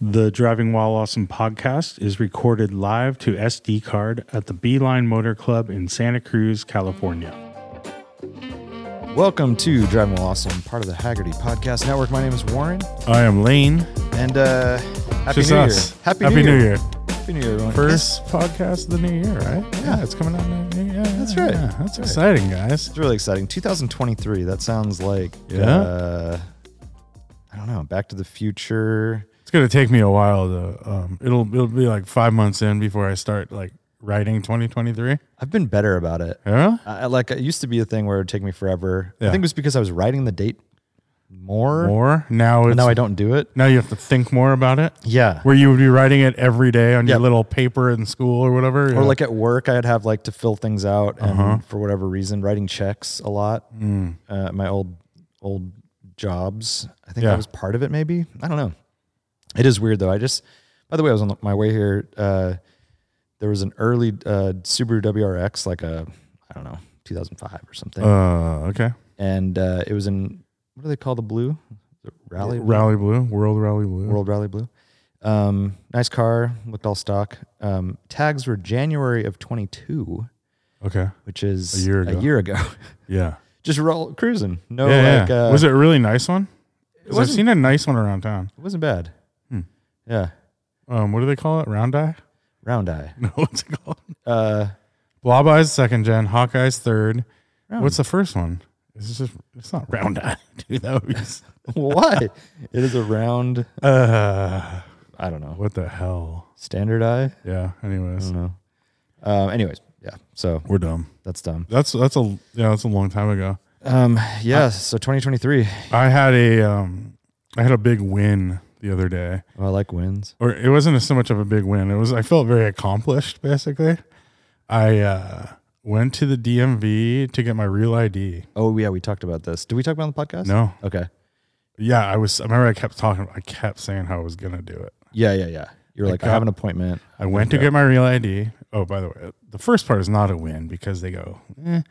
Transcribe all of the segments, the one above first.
The Driving While Awesome podcast is recorded live to SD card at the Beeline Motor Club in Santa Cruz, California. Welcome to Driving While Awesome, part of the Haggerty Podcast Network. My name is Warren, I am Lane. and uh, Happy Just New us. Year! Happy, New, Year. Happy New Year, everyone! First podcast of the new year, right? Yeah, it's coming out. in the new year. Yeah, That's right. yeah, that's That's right. exciting, guys. it's really exciting. 2023. That sounds like Yeah. Uh, I don't know. Back to the Future. It's gonna take me a while though. Um, it'll it'll be like five months in before I start like writing 2023. I've been better about it. Yeah. I, I- like it used to be a thing where it would take me forever. Yeah. I think it was because I was writing the date more, More now. It's, and now now, I don't do it. you have to think more about it. Yeah. Where you would be writing it every day on your Yeah. little paper in school or whatever. or Yeah. Uh-huh. like at work, I'd have like to fill things out, and for whatever reason, writing checks a lot. Mm. Uh, my old old jobs, I think Yeah. that was part of it. Maybe I don't know. It is weird though. I just, by the way, I was on my way here. Uh, there was an early uh, Subaru WRX, like a I don't know, 2005 or something, Uh, okay. and uh, it was in what do they call the blue? The rally, Rally Blue, World Rally Blue. World Rally Blue. Um, nice car, looked all stock. Um, tags were January of 22 Okay. which is A year ago. ago. Yeah. Just roll cruising. No, yeah. like yeah. Uh, was it a really nice one? 'Cause I've wasn't- seen a nice one around town. it wasn't bad. Hmm. Yeah, Um, what do they call it? Round Eye? round eye. No, what's it called? Uh, Blob Eye's second gen, Hawkeye's third. Round. What's the first one? It's just it's not Round Eye, dude. That would be s- why? it is a round. uh, I don't know. what the hell? Standard eye. Yeah. I Anyways, don't know. Um, anyways, yeah. So we're dumb. that's dumb. That's that's a yeah. That's a long time ago. Um, Uh, yeah. so 2023. I had a um, I had a big win the other day. Oh, I like wins. or it wasn't so much of a big win. It was I felt very accomplished basically. I uh, went to the DMV to get my real ID. Oh yeah, we talked about this. Did we talk about it on the podcast? No, Okay. yeah, I was. I remember I kept talking. I kept saying how I was gonna do it. Yeah, yeah, yeah. You're like, I got- have an appointment. I went to get my real ID. Oh, by the way, the first part is not a win because they go, eh,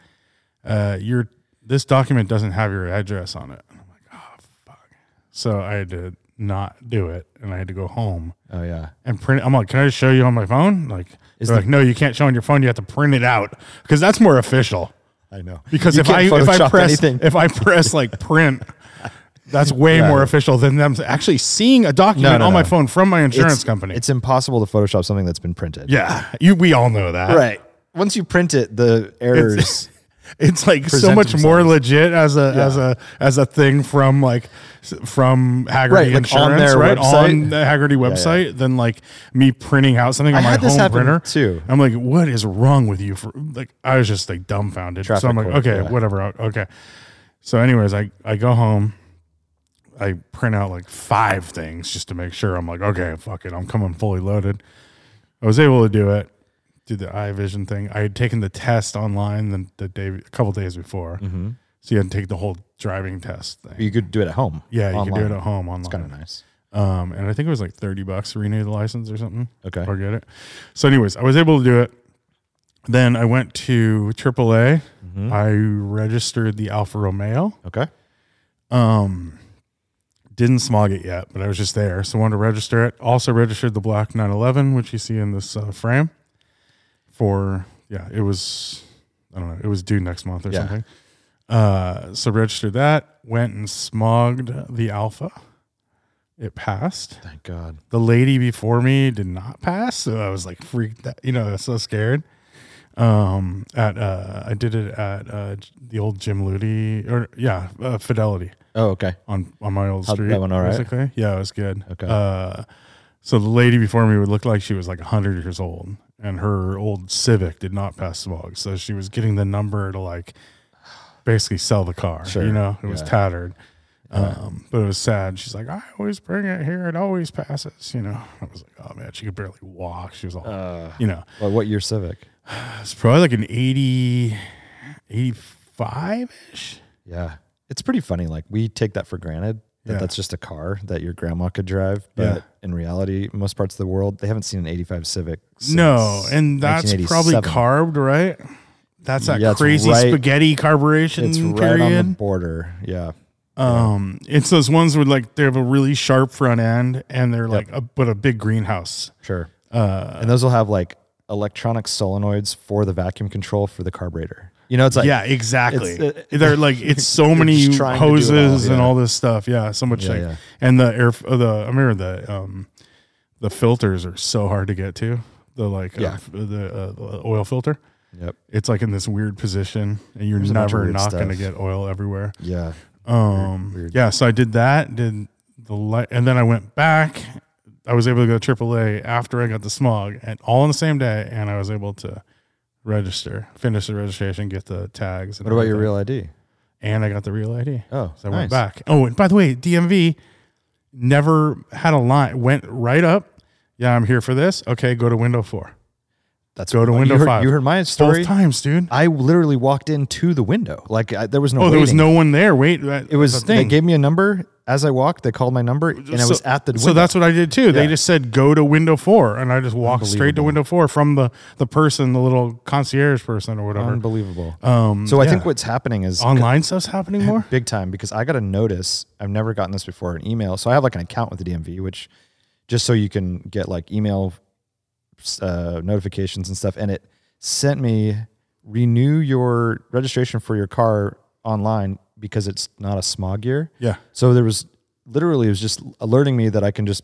uh, "Your this document doesn't have your address on it." And I'm like, "Oh fuck!" So I had to not do it, and I had to go home Oh yeah. and print. I'm like, can I just show you on my phone? Like, Is they're the- like, no, you can't show on your phone. You have to print it out because that's more official. I know. Because You if I can't if I Photoshop press anything. if I press like print, that's way Yeah. more official than them actually seeing a document No, no, on my no. phone from my insurance it's, company. it's impossible to Photoshop something that's been printed. yeah, you we all know that. right. Once you print it, the errors. It's like so Present much more themselves. legit as a as a as a thing from like s- from Haggerty Right, like on Insurance, their right? website. On the Haggerty website than like me printing out something on my had this home happen, printer too. I'm like, what is wrong with you? For like, I was just like dumbfounded. so Traffic I'm like, court, okay, yeah. whatever, I'll- okay. So, anyways, I I go home. I print out like five things just to make sure. I'm like, okay, fuck it, I'm coming fully loaded. I was able to do it. Did the eye vision thing. I had taken the test online the, the day, a couple days before. Mm-hmm. So you had to take the whole driving test thing. You could do it at home. Yeah, you online. can do it at home online. Kind of nice. Um, and I think it was like 30 bucks to renew the license or something. Okay. Or get it. So, anyways, I was able to do it. Then I went to AAA. Mm-hmm. I registered the Alfa Romeo. Okay. Um, didn't smog it yet, but I was just there. So, wanted to register it. Also, registered the Black 911, which you see in this uh, frame for, yeah, it was, I don't know, it was due next month or Yeah. something. Uh, so, registered that, went and smogged the Alpha. It passed Thank God. the lady before me did not pass, so I was like freaked out, you know, I was so scared. Um, at uh, I did it at uh, the old Jim Ludi or yeah, uh, Fidelity Oh, okay. on on my old How'd street. that one all right? basically. Yeah, it was good. Okay. Uh, so the lady before me would look like she was like 100 years old, and her old Civic did not pass smog, so she was getting the number to like basically sell the car. Sure. You know, it was Yeah. tattered. Um, but it was sad. She's like, I always bring it here. It always passes. You know, I was like, oh man, she could barely walk. She was all, Uh, you know, well, what year Civic? it's probably like an 80, 85 ish. Yeah. It's pretty funny. Like we take that for granted that Yeah. that's just a car that your grandma could drive, but Yeah. in reality, most parts of the world they haven't seen an '85 Civic. Since No, and that's probably 1987. carved, right? That's that Yeah, it's crazy right- spaghetti carburation It's right mm, period. on the border. Yeah. Um, it's those ones where like they have a really sharp front end and they're like a, but a big greenhouse. Sure. Uh, and those will have like electronic solenoids for the vacuum control for the carburetor. You know, it's like yeah, exactly. it's, uh, They're like it's so many just trying to do it all, hoses and yeah. all this stuff. Yeah, so much. Yeah, like, yeah. And the air, uh, the I remember the um, the filters are so hard to get to. The like uh, Yeah. f- the uh, the oil filter. Yep. It's like in this weird position, and you're There's a bunch of never weird not going to stuff. get oil everywhere. Yeah. Um, weird. yeah, so I did that, did the light, and then I went back. I was able to go to AAA after I got the smog, and all on the same day, and I was able to register, finish the registration, get the tags. And What about your everything. real ID? And I got the real ID. Oh, So I went back. Oh, and by the way, DMV never had a line. Went right up. Yeah, I'm here for this. Okay, go to window four. That's Go to you window heard, five. You heard my Both story. times, dude. I literally walked into the window. Like I, there was no. oh, there was waiting. no one there. Wait, that- It was. that's the They gave me a number as I walked. They called my number, and I was at the. Window. So that's what I did too. They Yeah. just said go to window four, and I just walked straight to Unbelievable. window four from the the person, the little concierge person or whatever. unbelievable. Um, so I yeah. think what's happening is online stuff's happening more. big time because I got a notice. I've never gotten this before an email. So I have like an account with the DMV, which just so you can get like email uh, notifications and stuff. And it sent me renew your registration for your car online because it's not a smog year. Yeah, So there was literally it was just alerting me that I can just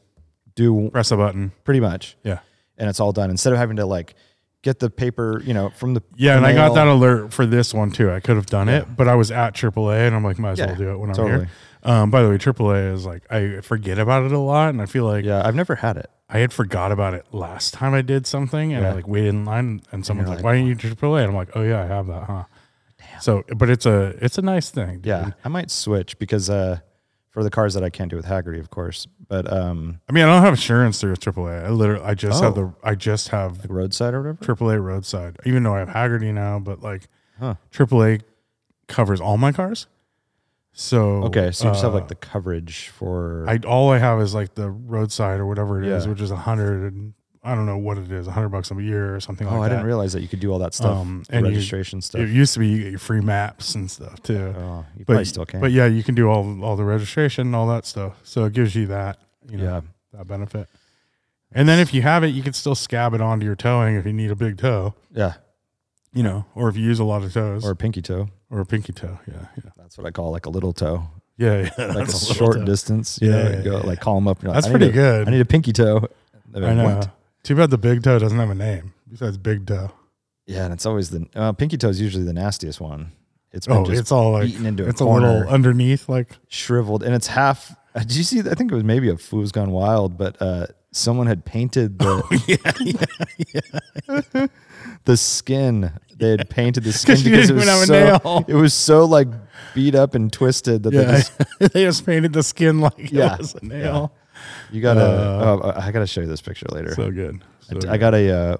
do press a button. pretty much, Yeah, and it's all done instead of having to like get the paper, you know, from the yeah, the and I got mail. that alert for this one too. I could have done it, but I was at AAA, and I'm like, might as Yeah, well do it when I'm totally. here. Um, by the way, AAA is like I forget about it a lot, and I feel like Yeah, I've never had it. I had forgot about it last time I did something, and I Yeah. like waited in line, and someone's you're like, like, "Why didn't you do AAA?" And I'm like, "Oh yeah, I have that, huh?" So, but it's a it's a nice thing. dude. Yeah, I might switch because uh, for the cars that I can't do with Haggerty, of course, but um, I mean, I don't have insurance through AAA. I literally, I just have Oh. the, I just have like roadside or whatever. AAA roadside. Even though I have Haggerty now, but like Huh. AAA covers all my cars. So Okay, so you just have uh, like the coverage for. I all I have is like the roadside or whatever it is, Yeah. which is a hundred. and I don't know what it is, a hundred bucks a year or something oh, like I that. didn't realize that you could do all that stuff. Um, the and you- registration stuff. It used to be you get your free maps and stuff too. oh, you but probably still can. but yeah, you can do all all the registration and all that stuff. So it gives you that, you know, Yeah. that benefit. And then if you have it, you can still scab it onto your towing if you need a big toe, yeah, you know, or if you use a lot of toes or or, a pinky toe. a pinky toe. Yeah. Yeah. That's what I call like a little toe, Yeah. yeah like a that's little short toe. distance. You Yeah, know, yeah, and go, like call them up. and you're like, That's "I need pretty a- good. I need a pinky toe. And I then know. went. Too bad the big toe doesn't have a name besides big toe. Yeah, and it's always the uh, pinky toe is usually the nastiest one. It's been Oh, just it's all like, beaten into a it's a little corner. underneath, like, shriveled and it's half uh, did you see i think it was maybe a fool's gone wild but uh someone had painted the yeah, Oh, yeah. the skin they had painted the skin 'Cause you because it didn't was even have a so nail. it was so like beat up and twisted that they yeah. just they just painted the skin like Yeah. it was a nail. you gotta Uh, oh, i gotta show you this picture later So good. So i got a uh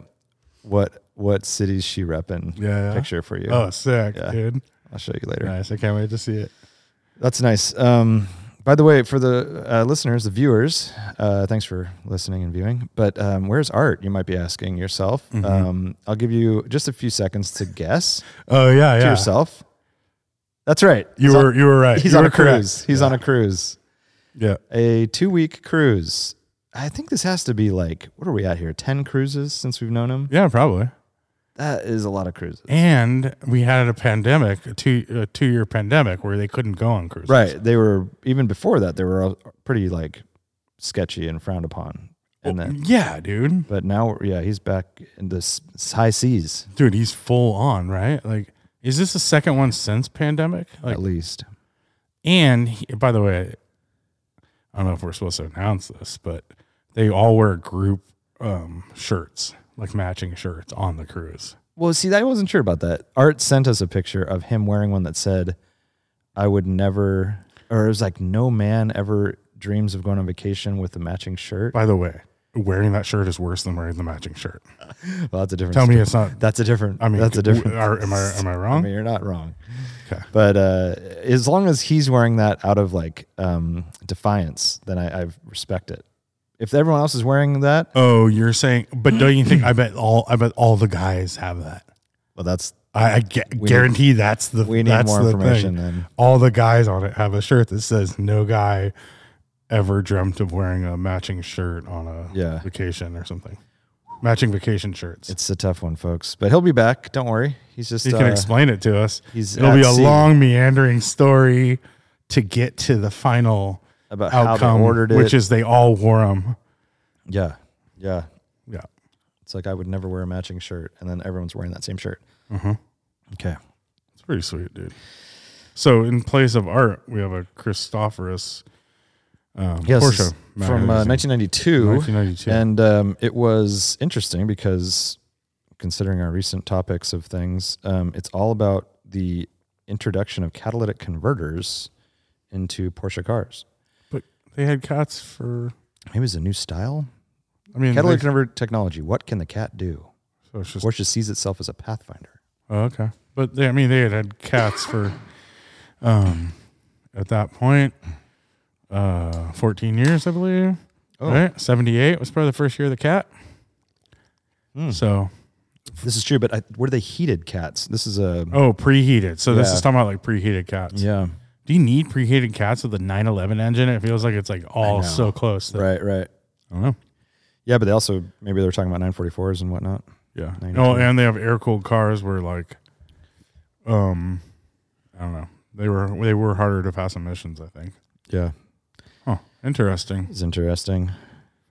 what what cities she repping Yeah, yeah. picture for you Oh, sick, Yeah. dude. i'll show you later Nice. I can't wait to see it. That's nice. Um, by the way, for the uh, listeners, the viewers, uh, thanks for listening and viewing. But um, where's art? You might be asking yourself. Mm-hmm. Um, I'll give you just a few seconds to guess Oh yeah, yeah. to yourself. That's right. You He's on- were you were right. he's You on were a correct. cruise. He's on a cruise. Yeah. A two week cruise. I think this has to be like what are we at here? Ten cruises since we've known him. Yeah, probably. That is a lot of cruises. And we had a pandemic, a two a two year pandemic where they couldn't go on cruises. Right. They were even before that. They were all pretty like sketchy and frowned upon. And then Yeah, dude. But now, yeah, he's back in the s- high seas Dude, he's full on, right? Like is this the second one since pandemic? Like at least. and he, by the way, I don't know if we're supposed to announce this, but they all wear group um shirts, like matching shirts on the cruise. Well, see, I wasn't sure about that. Art sent us a picture of him wearing one that said, "I would never," or it was like, "No man ever dreams of going on vacation with a matching shirt." By the way, wearing that shirt is worse than wearing the matching shirt. Well, that's a different. Tell me story. it's not that's a different. I mean, that's a w- different. Are, am I am I I wrong? mean, you're not wrong. Okay. But uh, as long as he's wearing that out of like um, defiance, then I, I respect it. If everyone else is wearing that, oh, you're saying, but don't you think? I bet all I bet all the guys have that. well, that's I, I gu- We guarantee that's the We need that's more the information Thing. then. All the guys on it have a shirt that says "No guy ever dreamt of wearing a matching shirt on a Yeah. vacation or something." Matching vacation shirts. It's a tough one, folks. But he'll be back. Don't worry. He's just he can uh, explain it to us. he's It'll at be a sea. long meandering story to get to the final about how they outcome, ordered it. which is they all wore them. yeah, yeah. Yeah. It's like I would never wear a matching shirt, and then everyone's wearing that same shirt. Mhm. Okay. It's pretty sweet, dude. So in place of art, we have a Christophorus um, Yes, Porsche from uh, magazine. 1992. 1992. And um, it was interesting because, considering our recent topics of things, um, it's all about the introduction of catalytic converters into Porsche cars. but they had cats for. Maybe it's a new style. I mean, Catalytic they- converter technology. What can the cat do? so it's just Porsche sees itself as a pathfinder. oh, okay. But they, I mean, they had had cats for, um, at that point, uh, 14 years, I believe. Oh. Right, 78 was probably the first year of the cat. Hmm. So This is true, but I, were they heated cats? This is a oh, preheated. So this Yeah. is talking about like preheated cats. yeah, Do you need preheated cats with the 911 engine? It feels like it's like all know. so close. That, right, right. I don't know. Yeah, but they also maybe they were talking about 944s and whatnot. Yeah. 92. Oh, and they have air cooled cars where like, um, I don't know. They were they were harder to pass emissions. I think. Yeah, Huh. Interesting. it's interesting.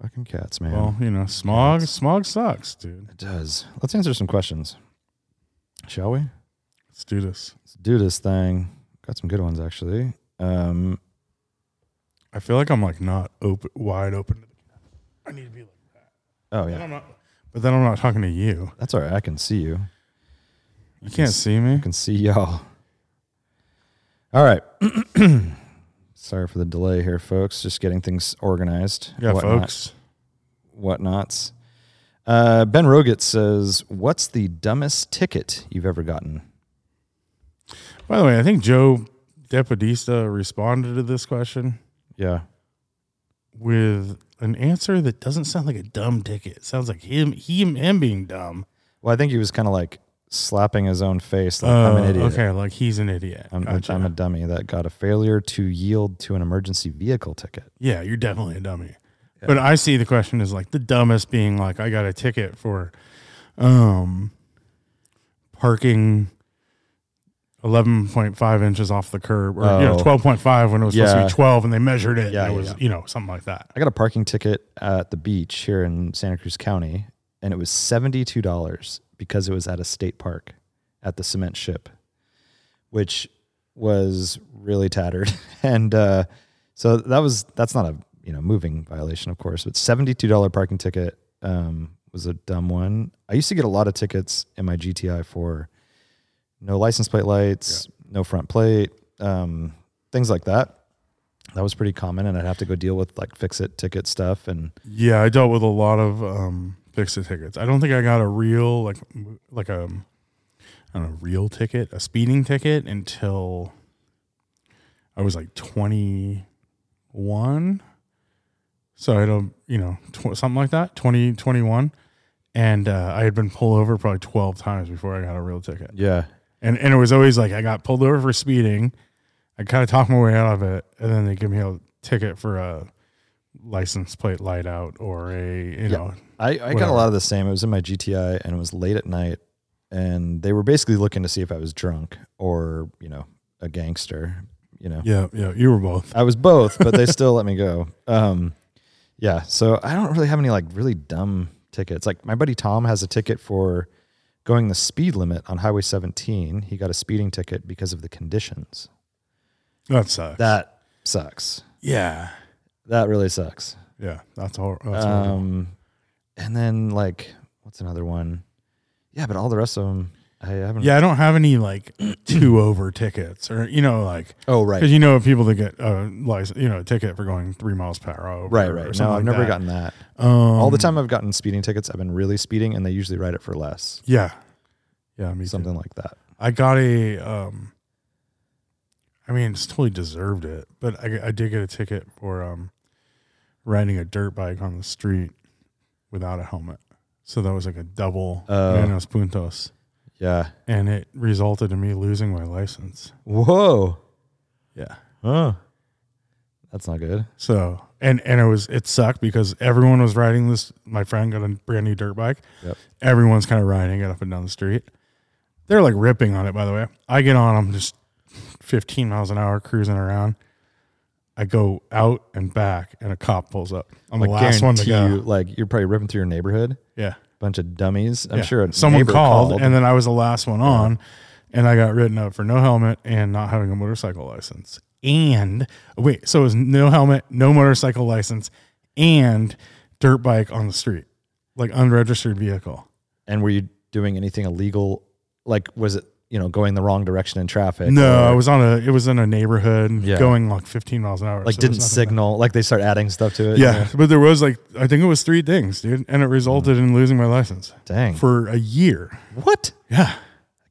Fucking cats, man. Well, you know, smog Cats. smog sucks, dude. It does. Let's answer some questions, shall we? Let's do this. Let's do this thing. Got some good ones actually. Um, I feel like I'm like not open wide open. I need to be like. oh Then yeah, I'm not, but then I'm not talking to you. that's all right. I can see you. You can't see me. I can see y'all. All right. Sorry for the delay here, folks. Just getting things organized. Yeah, whatnot- folks. Whatnots. Uh, ben Roget says, "What's the dumbest ticket you've ever gotten?" By the way, I think Joe Depadista responded to this question Yeah. with an answer that doesn't sound like a dumb ticket. It sounds like him, him, him being dumb. Well, I think he was kind of like slapping his own face, like I'm an Oh, idiot. Okay, like he's an idiot. I'm, Gotcha. I'm a dummy that got a failure to yield to an emergency vehicle ticket. yeah, you're definitely a dummy. But I see the question is like the dumbest being like I got a ticket for um parking 11.5 inches off the curb or you know Oh. 12.5 when it was supposed Yeah. to be 12 and they measured it Yeah, and it yeah, was yeah. you know something like that. I got a parking ticket at the beach here in Santa Cruz County, and it was $72 because it was at a state park at the cement ship, which was really tattered. And uh, so that was, that's not a, you know, moving violation, of course, but $72 parking ticket um, was a dumb one. I used to get a lot of tickets in my GTI for no license plate lights, no front plate, um, things like that that was pretty common and i'd have to go deal with like fix it ticket stuff and Yeah, I dealt with a lot of um fix the tickets. I don't think I got a real like m- like a I don't know, real ticket, a speeding ticket until I was like 21. So I don't, you know, tw- something like that, 20, 21. And uh, I had been pulled over probably 12 times before I got a real ticket. yeah And and it was always like I got pulled over for speeding. I kind of talked my way out of it, and then they give me a ticket for a license plate light out or a you know i, I got a Whatever. lot of the same it was in my gti and it was late at night and they were basically looking to see if i was drunk or you know a gangster you know yeah yeah you were both i was both but they still let me go um yeah so i don't really have any like really dumb tickets like my buddy tom has a ticket for going the speed limit on highway 17 he got a speeding ticket because of the conditions that sucks that sucks yeah that really sucks yeah that's all that's horrible. Um, and then like what's another one? Yeah, but all the rest of them I haven't. yeah I don't have any like two over tickets or you know like Oh because right. you know people that get a license you know a ticket for going three miles per hour over Right, or right. something No, I've like never that. gotten that. um, All the time I've gotten speeding tickets, I've been really speeding, and they usually write it for less, yeah yeah me too. something like that. I got a um I mean it's totally deserved it, but I, I did get a ticket for um riding a dirt bike on the street without a helmet. So that was like a double Oh. menos puntos. Yeah. and it resulted in me losing my license. Whoa. Yeah. Huh. That's not good. So and and it was it sucked because everyone was riding this. My friend got a brand new dirt bike. Yep. Everyone's kind of riding it up and down the street. They're like ripping on it. By the way, I get on. I'm just 15 miles an hour cruising around. I go out and back, and a cop pulls up. I'm the last one to guarantee go. you, like you're probably ripping through your neighborhood, Yeah. bunch of dummies. I'm Yeah. sure a someone neighbor called, and then I was the last one on, and I got written up for no helmet and not having a motorcycle license. And wait, so it was no helmet, no motorcycle license, and dirt bike on the street, like unregistered vehicle. and were you doing anything illegal? Like, was it you know going the wrong direction in traffic? No, or, I was on a. It was in a neighborhood Yeah. going like 15 miles an hour. like so it didn't was nothing signal. Like they start adding stuff to bad. it. Yeah, but there was like I think it was three things, dude, and it resulted in losing my license Dang. for a year. what? Yeah, I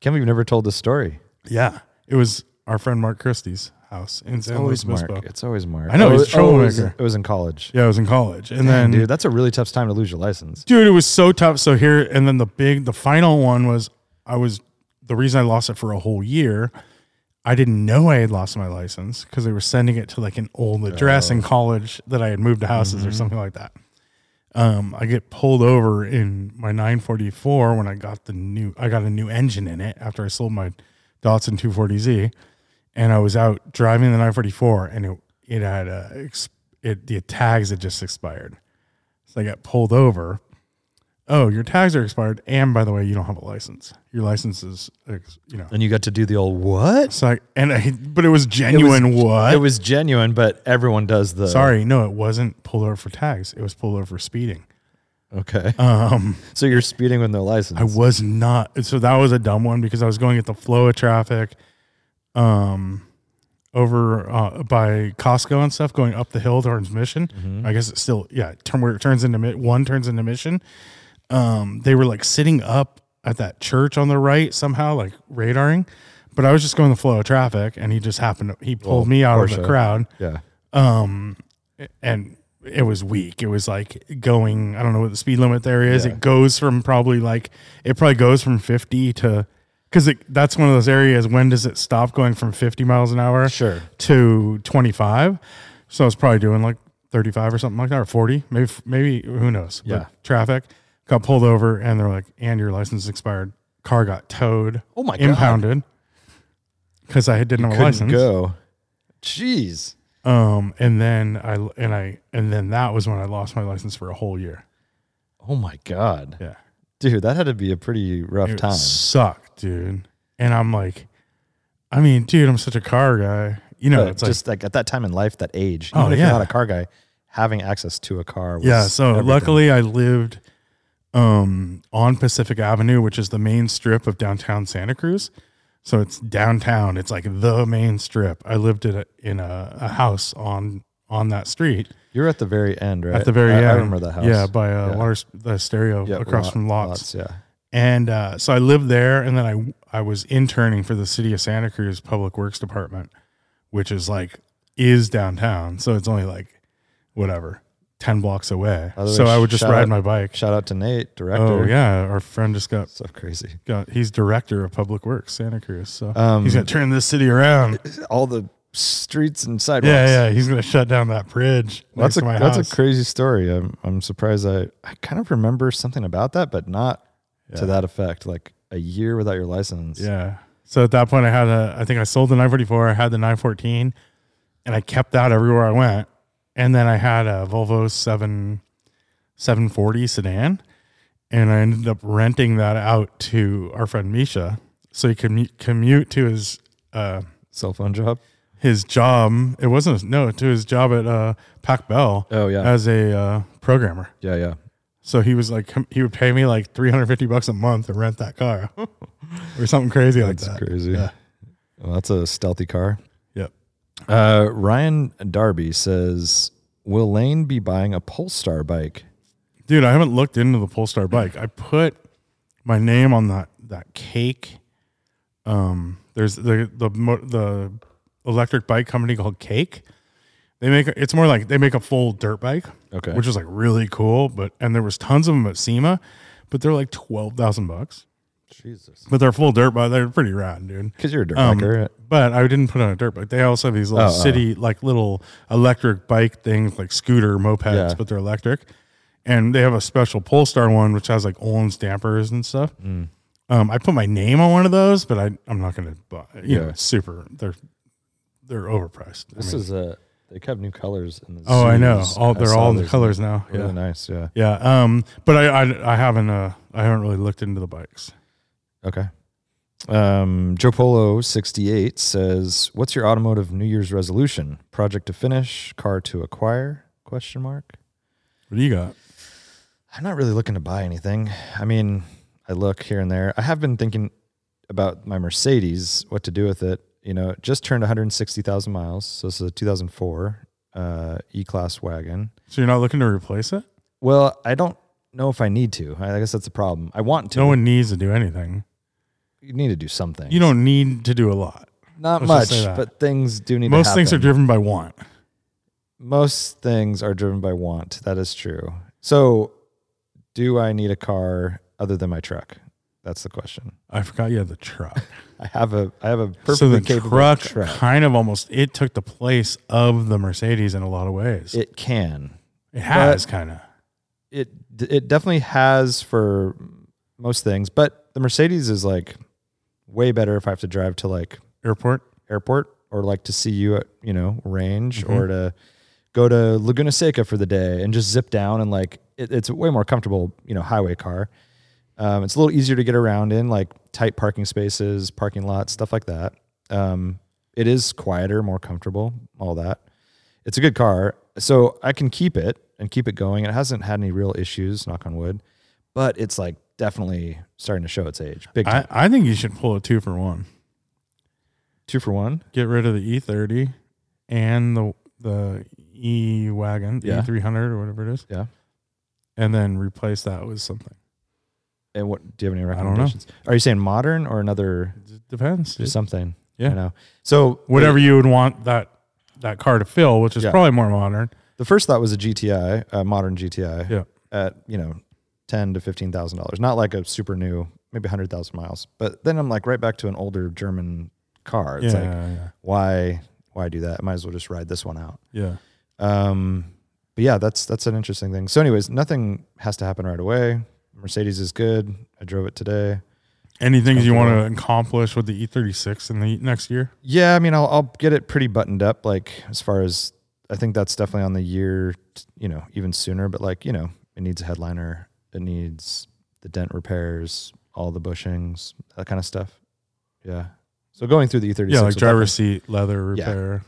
can't believe you've never told this story. yeah. It was our friend Mark Christie's house in San Luis Always Mark. Obispo. It's always Mark. Oh, I know, he's a it was, troublemaker. it was in college. Yeah, I was in college, and then Dude, that's a really tough time to lose your license. dude, it was so tough. So here, and then the big, the final one was I was the reason I lost it for a whole year. I didn't know I had lost my license because they were sending it to like an old address in college that I had moved to houses or something like that. Um, I get pulled over in my 944 when I got the new, I got a new engine in it after I sold my Datsun 240Z, and I was out driving the 944 and it it had uh, ex- it the tags had just expired, so I got pulled over oh, your tags are expired. And by the way, you don't have a license. Your license is, ex- you know, And you got to do the old what? it's like, and I, but it was genuine. what? It was genuine, but everyone does the Sorry. No, it wasn't pulled over for tags. It was pulled over for speeding. Okay. Um, so you're speeding with no license. I was not. So that was a dumb one because I was going at the flow of traffic, um, over uh, by Costco and stuff, going up the hill towards Mission. I guess it's still yeah. Turn where it turns into Mi- one turns into Mission. Um, they were like sitting up at that church on the right somehow, like radaring. But I was just going the flow of traffic, and he just happened to he pulled Well, me out of Porsche. the crowd yeah. um and it was weak it was like going i don't know what the speed limit there is Yeah. it goes from probably like it probably goes from 50 to because that's one of those areas when does it stop going from 50 miles an hour Sure. to 25 so it's probably doing like 35 or something like that or 40 maybe maybe who knows But Yeah. traffic got pulled over and they're like and your license expired car got towed Oh my God. impounded because i didn't have a Couldn't license go. Jeez. um, and then I and I and then that was when I lost my license for a whole year. Oh my god. Yeah, Dude, that had to be a pretty rough it time. sucked, dude. And I'm like, I mean, dude, I'm such a car guy. You know, But it's just like, at that time in life, that age, Oh, even if you're yeah. not a car guy, having access to a car was like, yeah. So everything. luckily, I lived um on Pacific Avenue, which is the main strip of downtown Santa Cruz. So it's downtown. It's like the main strip. I lived in a, in a, a house on on that street. you're at the very end, right? At the very I, end, I remember the house. Yeah, by uh, Yeah. water the stereo Yeah, across lot- from lots. Yeah. And uh, so I lived there, and then I I was interning for the city of Santa Cruz Public Works Department, which is like is downtown, so it's only like whatever ten blocks away. By the way, so I would just shout ride out- my bike. Shout out to Nate, director. Oh yeah, our friend just got So crazy. got he's director of Public Works Santa Cruz, so Um, he's gonna turn this city around. all the streets and sidewalks. Yeah, yeah, he's gonna shut down that bridge. That's next a to my that's house. a crazy story. I'm I'm surprised. I I kind of remember something about that, but not to that effect. Like a year without your license. Yeah. So at that point, I had a, I think I sold the 944, I had the 914, and I kept that everywhere I went. And then I had a Volvo 7, 740 sedan, and I ended up renting that out to our friend Misha. So he could mu- commute to his, uh, Cell phone job. his job. It wasn't, no, to his job at uh, Pac Bell Oh yeah. as a uh, programmer. yeah yeah. So he was like, he would pay me like 350 bucks a month to rent that car or something crazy like That's that. crazy. Yeah. Well, that's a stealthy car. Yep. Uh, Ryan Darby says, "Will Lane be buying a Polestar bike?" Dude, I haven't looked into the Polestar bike. I put my name on that that cake. Um, there's the the mo- the electric bike company called Cake. They make it's more like they make a full dirt bike, Okay. which is like really cool. But and there was tons of them at SEMA, but they're like twelve thousand bucks. Jesus. but they're full dirt bike. They're pretty rad, dude. because you're a dirt Um, biker. But I didn't put on a dirt bike. They also have these little Oh, oh. city, like little electric bike things, like scooter mopeds, Yeah. but they're electric. And they have a special Polestar one, which has like Olin's dampers and stuff. Mm. Um, I put my name on one of those, but I, I'm not going to buy. You know, Yeah. it's super. They're they're overpriced. I This mean- is a. They have new colors. In the oh, I know. zoos. All I they're saw all in the those. colors now. Really yeah, nice. Yeah. yeah. Um, but I, I I haven't uh I haven't really looked into the bikes. Okay. Um, Joe Polo sixty eight says, "What's your automotive New Year's resolution? Project to finish, car to acquire? Question mark. What do you got? I'm not really looking to buy anything. I mean, I look here and there. I have been thinking about my Mercedes, what to do with it. You know, it just turned 160,000 miles, so this is a 2004 uh, E-Class wagon. So you're not looking to replace it? Well, I don't know if I need to. I guess that's the problem. I want to. No one needs to do anything. you need to do something. You don't need to do a lot. not let's much, just say that. but things do need. to Most things are happen. driven by want. most things are driven by want. That is true. So, do I need a car other than my truck? That's the question. I forgot you had the truck. I have a I have a perfectly so the capable truck, truck. kind of almost it took the place of the Mercedes in a lot of ways. It, It can. has kind of. It it definitely has for most things, but the Mercedes is like way better if I have to drive to like Airport. airport or like to see you at you know range or to go to Laguna Seca for the day and just zip down and like it, it's a way more comfortable you know highway car. Um, it's a little easier to get around in like tight parking spaces, parking lots, stuff like that. Um, it is quieter, more comfortable, all that. It's a good car, so I can keep it and keep it going. It hasn't had any real issues, knock on wood, but it's like definitely starting to show its age. Big I, time. I think you should pull a two for one. two for one. Get rid of the E30 and the the E wagon, the Yeah. E300 or whatever it is. Yeah. And then replace that with something. And what do you have any don't know. recommendations? Are you saying modern or another It just depends. dude. just something? Yeah. You know. So Whatever you would want that that car to fill, which is Yeah. probably more modern. The first thought was a GTI, a modern GTI. Yeah. At you know, ten to fifteen thousand dollars. Not like a super new, maybe hundred thousand miles. But then I'm like right back to an older German car. It's yeah, like yeah. why why do that? might as well just ride this one out. Yeah. Um, but yeah, that's that's an interesting thing. So, anyways, nothing has to happen right away. Mercedes is good. I drove it today. Anything you Something want to accomplish with the E36 in the next year? Yeah, I mean, I'll, I'll get it pretty buttoned up. Like as far as I think that's definitely on the year, t- you know, even sooner. But like you know, it needs a headliner. It needs the dent repairs, all the bushings, that kind of stuff. Yeah. So going through the E36, Yeah, will like driver's seat, leather repair.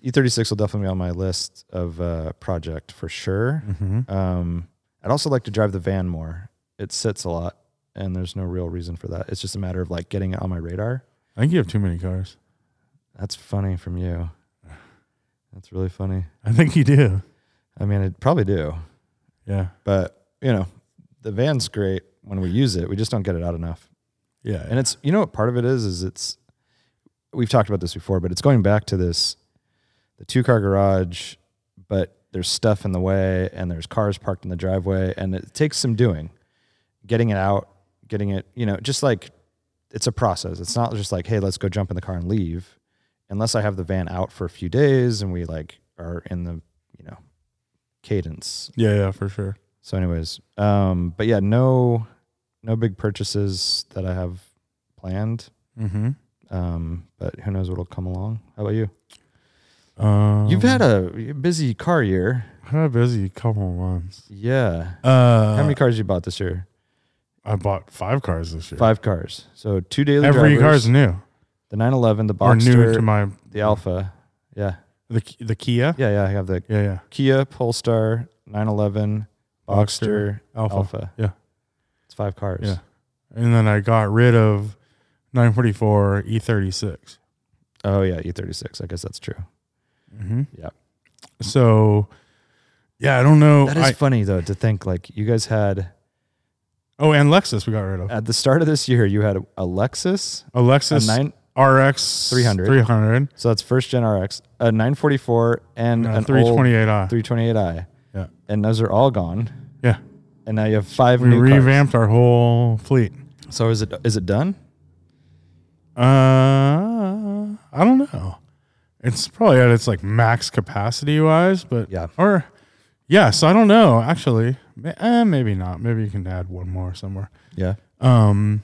definitely- E36 will definitely be on my list of uh, project for sure. hmm Um, I'd also like to drive the van more. It sits a lot, and there's no real reason for that. It's just a matter of like getting it on my radar. I think you have too many cars. That's funny from you. That's really funny. I think you do. I mean, it probably do, Yeah. but you know, the van's great when we use it. We just don't get it out enough. Yeah. And it's you know what part of it is is it's we've talked about this before, but it's going back to this the two car garage, but there's stuff in the way and there's cars parked in the driveway and it takes some doing. Getting it out, getting it, you know, just like it's a process. It's not just like, hey, let's go jump in the car and leave. Unless I have the van out for a few days and we like are in the, you know, cadence yeah, yeah, for sure. so, anyways, um, but yeah, no, no big purchases that I have planned. Mm-hmm. Um, but who knows what'll come along? How about you? Um, You've had a busy car year. I've had a busy couple of months. Yeah. Uh, How many cars you bought this year? I bought five cars this year. Five cars. So two daily. Every drivers, car's new the 911, the or new to Boxster, my the Alpha. Yeah, the the Kia. yeah, yeah. I have the Yeah, yeah. Kia Polestar, 911, Boxster, Alpha. Alpha. Yeah. It's five cars. Yeah. And then I got rid of E 944 E36. Oh yeah, E36. I guess that's true. Mm-hmm. Yep. So, yeah, I don't know. That is Oh, I- funny though to think like you guys had. oh, and Lexus we got rid of. at the start of this year, you had a Lexus, A a Lexus nine, RX 300. 300 so that's first gen RX, a 944, and and a an 320, 328i. 328i. Yeah. And those are all gone. Yeah. And now you have five We new cars. revamped our whole fleet. So is it is it done? Uh, I don't know. It's probably at its like max capacity wise, but Yeah. or yes, I don't know actually. Ma- Eh, maybe not. Maybe you can add one more somewhere. Yeah. Um,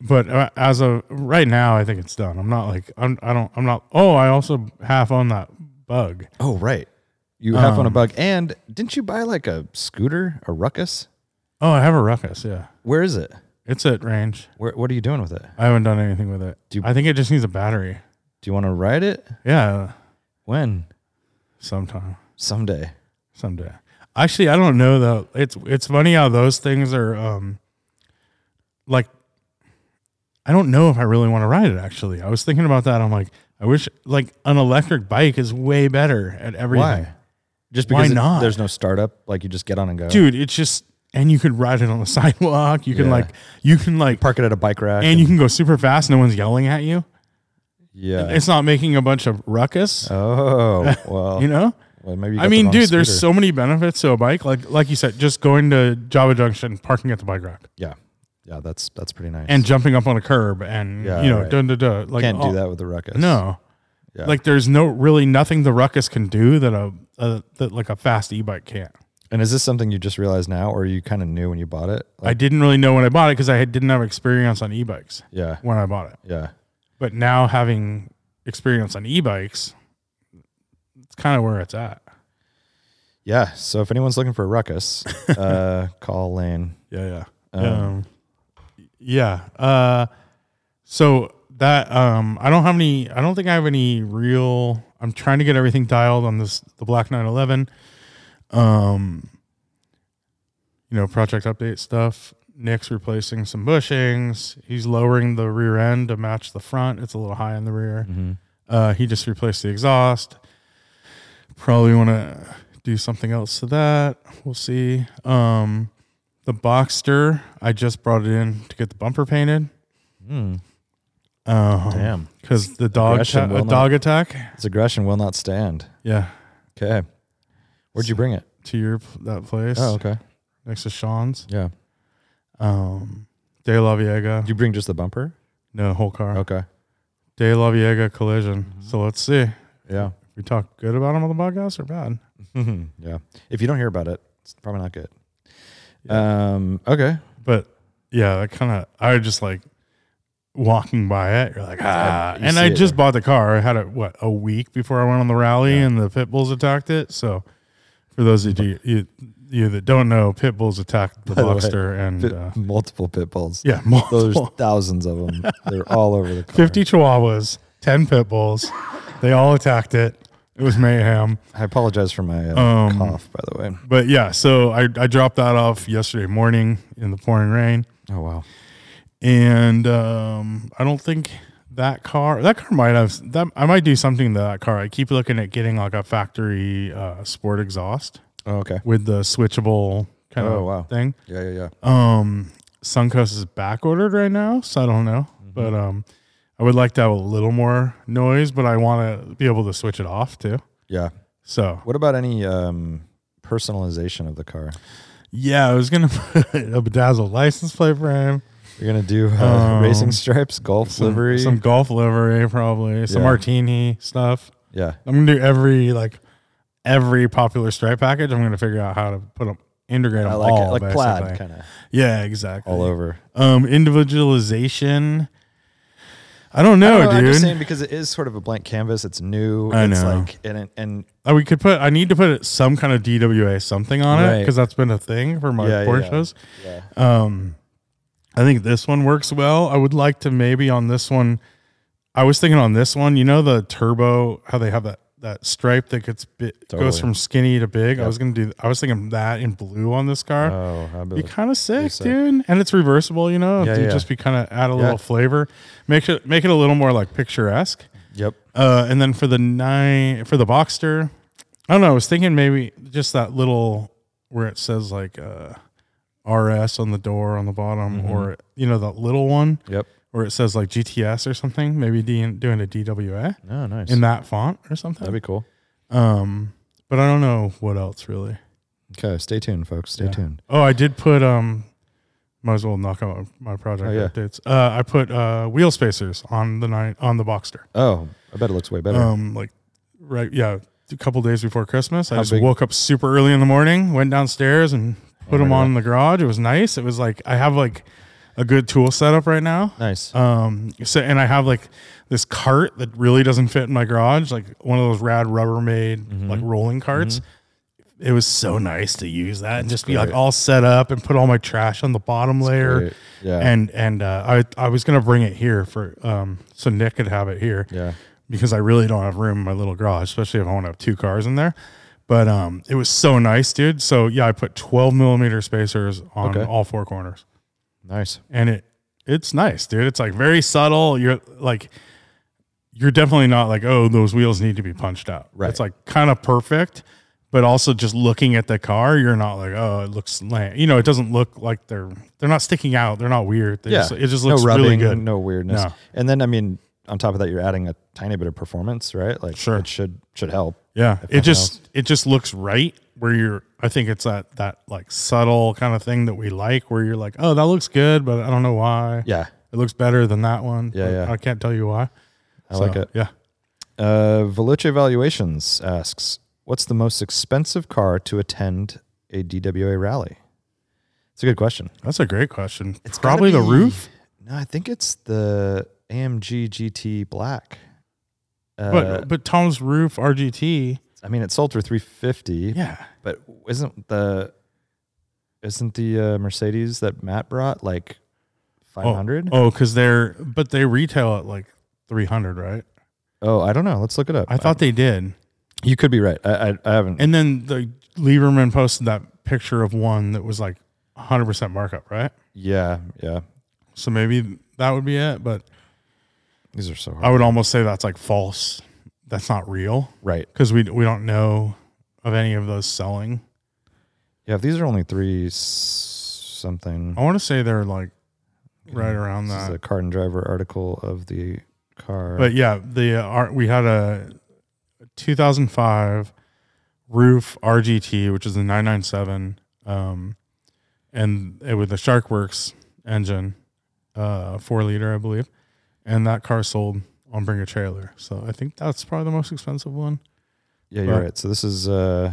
but uh, as of right now, I think it's done. I'm not like I'm. I don't. I'm not. Oh, I also half own that bug. Oh right. You have on a Um, bug, and didn't you buy like a scooter, a ruckus? Oh, I have a ruckus. Yeah, Where is it? it's at range. Where, what are you doing with it? I haven't done anything with it. Do you- I think it just needs a battery. Do you want to ride it? Yeah, When? sometime. Someday. someday. Actually, I don't know though. It's it's funny how those things are um like I don't know if I really want to ride it actually. I was thinking about that. I'm like, I wish like an electric bike is way better at everything. Why? Just Why because it- not? there's no startup, like you just get on and go. Dude, it's just and you could ride it on the sidewalk. You can Yeah. like you can like Park it at a bike rack. and you can go super fast, no one's yelling at you. yeah. It's not making a bunch of ruckus. oh well. you know? well, maybe. You got I the mean, wrong dude, there's scooter. so many benefits to a bike. Like like you said, just going to Java Junction, parking at the bike rack. Yeah. Yeah. That's that's pretty nice. and jumping up on a curb and Yeah, you know right. duh, duh, duh, like can't all- do that with the ruckus. no Yeah. like there's no really nothing the ruckus can do that a, a that like a fast e-bike can't And is this something you just realized now, or you kind of knew when you bought it? i didn't really know when i bought it because i had, didn't have experience on e-bikes yeah. when i bought it Yeah. but now having experience on e-bikes it's kind of where it's at Yeah. So if anyone's looking for a ruckus, uh, call Lane. yeah yeah Um, um, yeah uh so that um i don't have any i don't think i have any real i'm trying to get everything dialed on this the black 911 um you know project update stuff nick's replacing some bushings he's lowering the rear end to match the front it's a little high in the rear uh he just replaced the exhaust probably want to do something else to that we'll see um the Boxster, I just brought it in to get the bumper painted. Mm, Um, damn. because the dog Aggression ta- will a dog attack. Its aggression will not stand. Yeah, Okay. Where'd you bring it? to your pl- that place Oh, okay. next to Sean's. Yeah. Um, De La Viega, Did you bring just the bumper? no whole car. Okay. Mm-hmm. De La Viega collision. So let's see. if Yeah. Hmm, We talk good about him on the podcast or bad? yeah. If you don't hear about it, it's probably not good. Um. Okay. But yeah, that kind of I just like walking by it. You're like ah, you and see I it. just bought the car. I had it what a week before I went on the rally, and the pit bulls attacked it. So for those of you you, you that don't know, pit bulls attacked the By the way, Boxster and Pit- uh, multiple pit bulls. yeah, There's multiple thousands of them. They're all over the car. fifty chihuahuas, ten pit bulls. They all attacked it. It was mayhem. I apologize for my uh, Um, cough, by the way. But yeah, so I, I dropped that off yesterday morning in the pouring rain. Oh wow. and um, I don't think that car that car might have that I might do something to that car. I keep looking at getting like a factory uh, sport exhaust Oh, okay. with the switchable kind Oh, of wow. thing. Yeah, yeah, yeah. Um, Suncoast is back ordered right now, so I don't know, Mm-hmm. but um, I would like to have a little more noise, but I want to be able to switch it off too. Yeah. So What about any um, personalization of the car? yeah, I was gonna put a bedazzled license plate frame, You're gonna do uh, Um, racing stripes, golf some, livery. some golf livery, probably some Yeah. martini stuff. yeah. I'm gonna do every like every popular stripe package. I'm gonna figure out how to put them, integrate them I like all, it, like plaid, basically. kind of Yeah, exactly. all over. Um, individualization. I don't know, I don't know, I'm just Oh, dude. saying because it is sort of a blank canvas. It's new. I it's know. like and it- and Uh, we could put. I need to put some kind of DWA something on it Right. because that's been a thing for my Yeah, yeah, yeah. Porsches. yeah. Um, I think this one works well. I would like to maybe on this one. I was thinking on this one, you know, the turbo, how they have that that stripe that gets bi- goes Totally. from skinny to big. I was gonna do. I was thinking that in blue on this car. Oh, how about be kind of sick, sick. dude, and it's reversible. You know, Yeah, you yeah. just be kind of add a little flavor, make it make it a little more like picturesque. yep. Uh, and then for the nine for the Boxster, I don't know. I was thinking maybe just that little where it says like uh, RS on the door on the bottom, Mm-hmm. or you know that little one Yep. where it says like GTS or something. Maybe D- doing a DWA Oh, nice. in that font or That'd something. be cool. Um, but I don't know what else really. Okay, stay tuned, folks. Stay Yeah. tuned. Oh, I did put um Might as well knock out my project Oh, yeah. updates. Uh, I put uh, wheel spacers on the night on the Boxster. Oh, I bet it looks way better. Um, like right, yeah, a couple days before Christmas. I How just big- Oh woke up super early in the morning, went downstairs and put my them on in the garage. It was nice. It was like I have like a good tool setup right now. nice. Um, so and I have like this cart that really doesn't fit in my garage, like one of those rad Rubbermaid Mm-hmm. like rolling carts. It was so nice to use that and just be like great. all set up and put all my trash on the bottom layer. great. Yeah. And and uh, I I was gonna bring it here for um so Nick could have it here yeah. because I really don't have room in my little garage, especially if I want to have two cars in there. But um, it was so nice, dude. So yeah, I put 12 millimeter spacers on Okay. all four corners, Nice. and it it's nice, dude. It's like very subtle. You're like you're definitely not like oh those wheels need to be punched out. Right. It's like kind of perfect, but also just looking at the car, you're not like oh it looks lame. You know, it doesn't look like they're they're not sticking out. They're not weird. They Yeah. just, it just looks really good. No weirdness. No. And then I mean, on top of that, you're adding a tiny bit of performance, right? Like Sure. it should should help. Yeah, nothing it just it just looks right where you're. I think it's that that like subtle kind of thing that we like, where you're like, oh, that looks good, but I don't know why. Yeah. it looks better than that one. Yeah, but yeah. I can't tell you why. I like it. Yeah, Uh, Veloce Valuations asks, "What's the most expensive car to attend a DWA rally?" It's a good question. that's a great question. It's It's gotta probably the be- roof, No, I think it's the AMG GT Black. Uh, but but Tom's roof RGT. I mean, it sold for three fifty. Yeah, But isn't the isn't the uh, Mercedes that Matt brought like five hundred? Oh, because they're but they retail at like three hundred, right? Oh, I don't know. Let's look it up. I thought they did. you could be right. I I, I haven't. And then the Lieberman posted that picture of one that was like hundred percent markup, right? yeah, yeah. So maybe that would be it, but. These are so hard. I would almost say that's like false. That's not real right. because we we don't know of any of those selling. Yeah, if these are only three s- something. I want to say they're like right around This is a that. car and driver article of the car. But yeah, the uh, R- we had a 2005 roof RGT, which is the 997, um, and it with the Sharkworks engine, uh, four liter, I believe, and that car sold on Bring a Trailer. So I think that's probably the most expensive one. yeah, you're but- right. So this is uh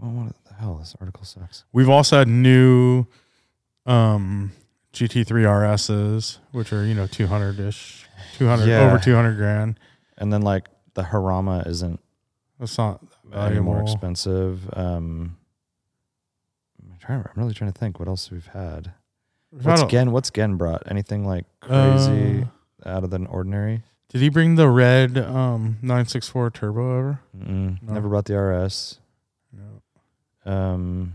oh, what the hell? This article sucks. We've also had new um, GT3 RSs, which are you know 200 ish, 200 Yeah. over 200 grand. And then like the Harama isn't That's not any valuable. more expensive. Um I'm trying I'm really trying to think what else we've had. We've had What's a- Gen what's Gen brought? Anything like crazy Uh, out of the ordinary? did he bring the red um, 964 turbo over? Mm-mm. No. Never brought the RS. No. Um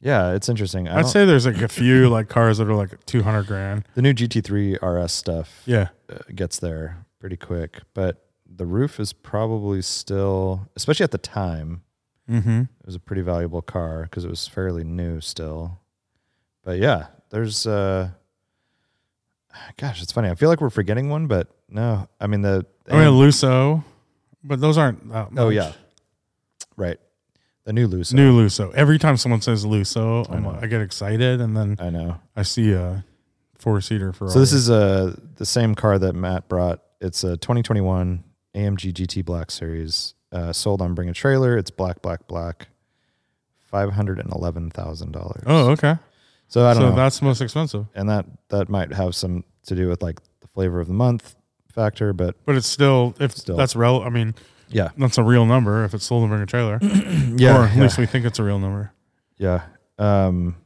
yeah, it's interesting. I I'd don't, say there's like a few like cars that are like 200 grand. the new GT3 RS stuff Yeah, uh, gets there pretty quick. But the roof is probably still, especially at the time, mm-hmm. it was a pretty valuable car because it was fairly new still. But yeah, there's, uh, gosh, it's funny. I feel like we're forgetting one, but no, I mean the, I mean a Luso, but those aren't. That oh much. yeah, right, the new Lucid. new Luso. Every time someone says Luso, I'm know. like, I get excited, and then I know. I see a four seater Ferrari. So this is uh the same car that Matt brought. It's a 2021 AMG GT Black Series, uh, sold on Bring a Trailer. It's black, black, black, five hundred and eleven thousand dollars. oh okay. so I don't so know, that's the most expensive, and that that might have some to do with like the flavor of the month factor, but but it's still if Still. that's rel. I mean, yeah, that's a real number if it's sold in bring a trailer, yeah, or at yeah, least we think it's a real number. yeah. Um,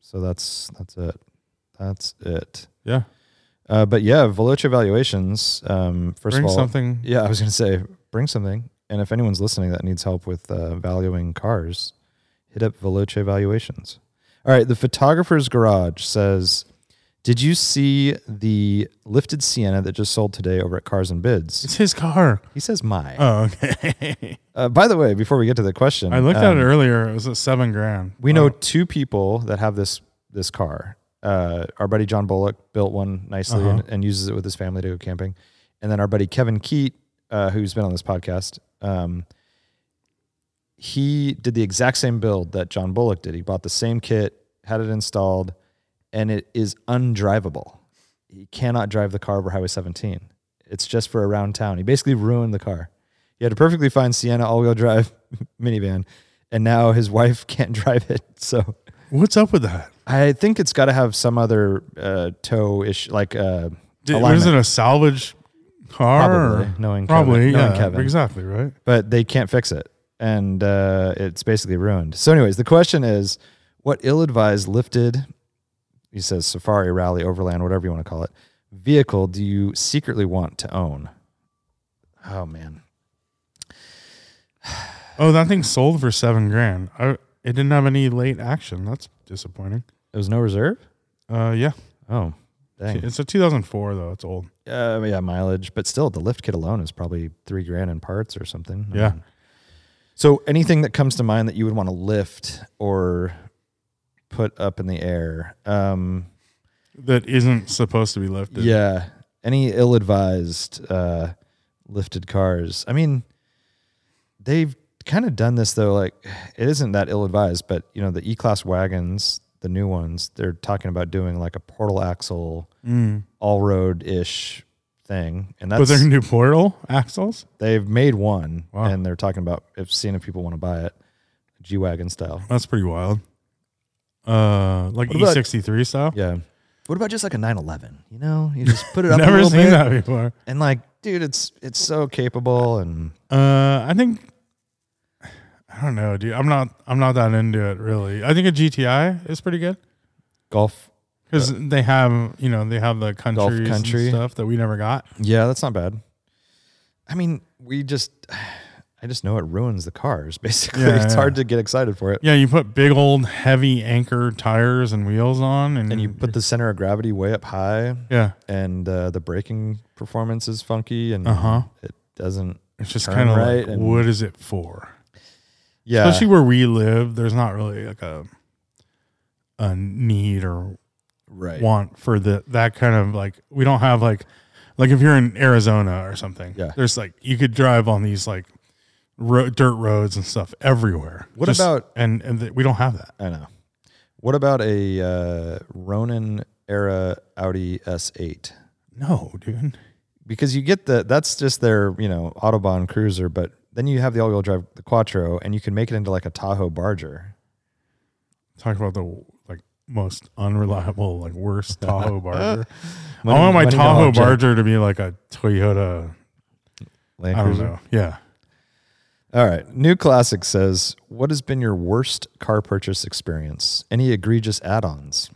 so that's that's it. That's it. Yeah, Uh, but yeah, Veloce valuations. Um, first bring of all, something. Yeah, I was going to say bring something. And if anyone's listening that needs help with uh, valuing cars, hit up Veloce Valuations. All right, the photographer's garage says, "Did you see the lifted Sienna that just sold today over at Cars and Bids?" It's his car. He says, "My." Oh, okay. Uh, by the way, before we get to the question, I looked at um, it earlier. It was at seven grand. We know Oh, two people that have this this car. Uh, our buddy John Bullock built one nicely Uh-huh. and, and uses it with his family to go camping, and then our buddy Kevin Keat, uh, who's been on this podcast, um, he did the exact same build that John Bullock did. He bought the same kit, had it installed, and it is undrivable. He cannot drive the car over Highway 17. It's just for around town. He basically ruined the car. He had a perfectly fine Sienna all-wheel drive minivan, and now his wife can't drive it. So What's up with that? I think it's got to have some other uh, tow ish, like uh, Did, alignment. was it a salvage car? Probably, or- knowing Kevin- probably, knowing yeah, Kevin. exactly right. but they can't fix it. And uh, it's basically ruined. So, anyways, the question is what ill advised lifted, he says safari, rally, overland, whatever you want to call it, vehicle do you secretly want to own? Oh, man. Oh, that thing sold for seven grand. I, it didn't have any late action. That's disappointing. It was no reserve? Uh, yeah, Oh, dang. it's a 2004 though. It's old. Uh, yeah, mileage. But still, the lift kit alone is probably three grand in parts or something. I Yeah. mean, So anything that comes to mind that you would want to lift or put up in the air? Um, That isn't supposed to be lifted. yeah. Any ill-advised uh, lifted cars? I mean, they've kind of done this though. Like, it isn't that ill-advised, but you know, the E-Class wagons, the new ones, they're talking about doing like a portal axle, Mm. all-road ish thing, and that's But they're gonna do portal axles. They've made one, Wow. and they're talking about if seeing if people want to buy it, G wagon style. That's pretty wild. Uh, like What about- E63 style. Yeah. What about just like a 911? You know, you just put it up a Never little seen bit, that before. and like, dude, it's it's so capable, and Uh, I think I don't know, dude. I'm not. I'm not that into it really. I think a GTI is pretty good golf. because they have you know they have the countries and country. stuff that we never got. Yeah, that's not bad. I mean, we just, I just know it ruins the cars. Basically, Yeah, it's yeah. hard to get excited for it. Yeah, you put big old heavy anchor tires and wheels on, and, And you put the center of gravity way up high, yeah, and uh, the braking performance is funky, and Uh-huh. it doesn't. it's just turn kind of right like, and- what is it for? Yeah, Especially where we live, there's not really like a a need or right. want for the that kind of like we don't have like like if you're in Arizona or something. Yeah. There's like you could drive on these like ro- dirt roads and stuff everywhere. What about- and and th- we don't have that. I know. What about a uh, Ronin era Audi S8? No, dude. Because you get the that's just their you know autobahn cruiser, but then you have the all-wheel drive the Quattro, and you can make it into like a Tahoe Barger. Talk about the like most unreliable like worst Tahoe Barger. Money- I want my money Tahoe object. Barger to be like a Toyota. Land I don't Cruiser. know. Yeah. All right. New Classic says, "What has been your worst car purchase experience? Any egregious add-ons?"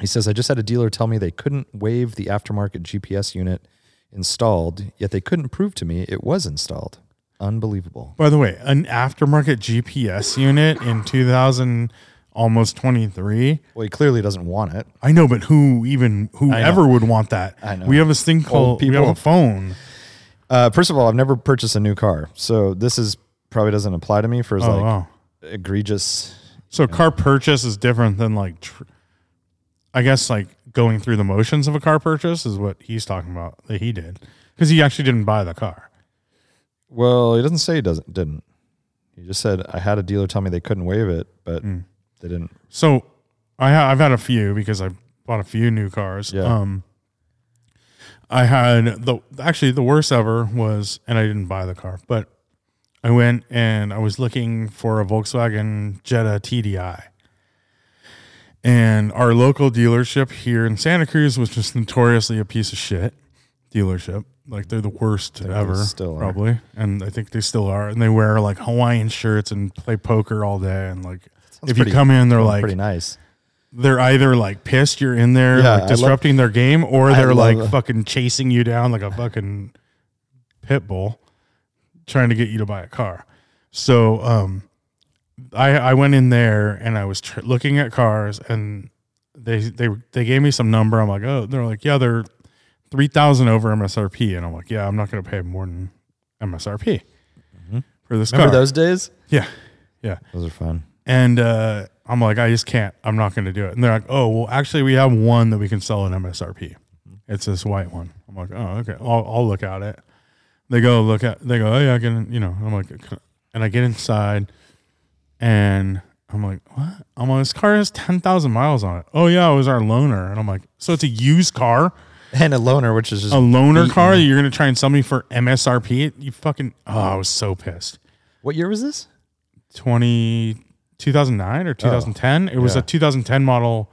He says, "I just had a dealer tell me they couldn't waive the aftermarket GPS unit installed, yet they couldn't prove to me it was installed. Unbelievable." By the way, an aftermarket GPS unit in 2000 almost 23 Well, he clearly doesn't want it. I know, but who even whoever would want that? I know. We have this thing called we have people. a phone. Uh, first of all, I've never purchased a new car, so this is probably doesn't apply to me for as Oh, like wow. egregious. So car purchase is different than like, tr- I guess like going through the motions of a car purchase is what he's talking about that he did because he actually didn't buy the car. Well, he doesn't say he doesn't didn't. He just said I had a dealer tell me they couldn't waive it, but Hmm. they didn't. So I ha- I've had a few because I bought a few new cars. Yeah. Um, I had the actually the worst ever was, and I didn't buy the car, but I went and I was looking for a Volkswagen Jetta TDI. And our local dealership here in Santa Cruz was just notoriously a piece of shit dealership. Like they're the worst ever, still are. probably, and I think they still are. And they wear like Hawaiian shirts and play poker all day. And like, if pretty- you come in, they're like, Pretty nice. they're either like pissed you're in there Yeah, I like love- disrupting their game or I they're love like it. fucking chasing you down like a fucking pit bull trying to get you to buy a car so um i i went in there and i was tr- looking at cars and they they they gave me some number i'm like oh they're like yeah they're 3000 over msrp and i'm like yeah i'm not going to pay more than msrp for this Mm-hmm. Remember car those days? yeah yeah Those are fun. and uh, I'm like, I just can't. I'm not going to do it. And they're like, oh, well, actually, we have one that we can sell at MSRP. It's this white one. I'm like, oh, okay. I'll, I'll look at it. They go look at. They go, oh yeah, I can. You know, I'm like, and I get inside, and I'm like, what? I'm like, this car has ten thousand miles on it. Oh yeah, it was our loaner, and I'm like, so it's a used car, and a loaner, which is just a loaner beaten. car that you're gonna try and sell me for MSRP? It? You fucking. Oh, I was so pissed. What year was this? 20, 2009 or 2010. it was Oh. yeah. a 2010 model.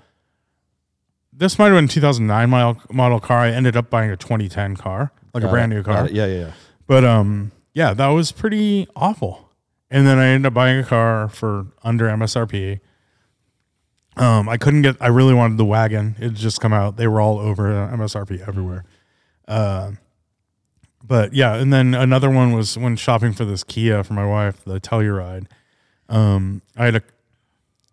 This might have been a 2009 model, model car. I ended up buying a 2010 car, like a Got brand it, new got car. it. Uh, Yeah, yeah, yeah. But um, yeah, that was pretty awful. And then I ended up buying a car for under MSRP. Um, I couldn't get. I really wanted the wagon. It had just come out. They were all over uh, MSRP everywhere. Uh, but yeah, and then another one was when shopping for this Kia for my wife, the Telluride. Um, I had a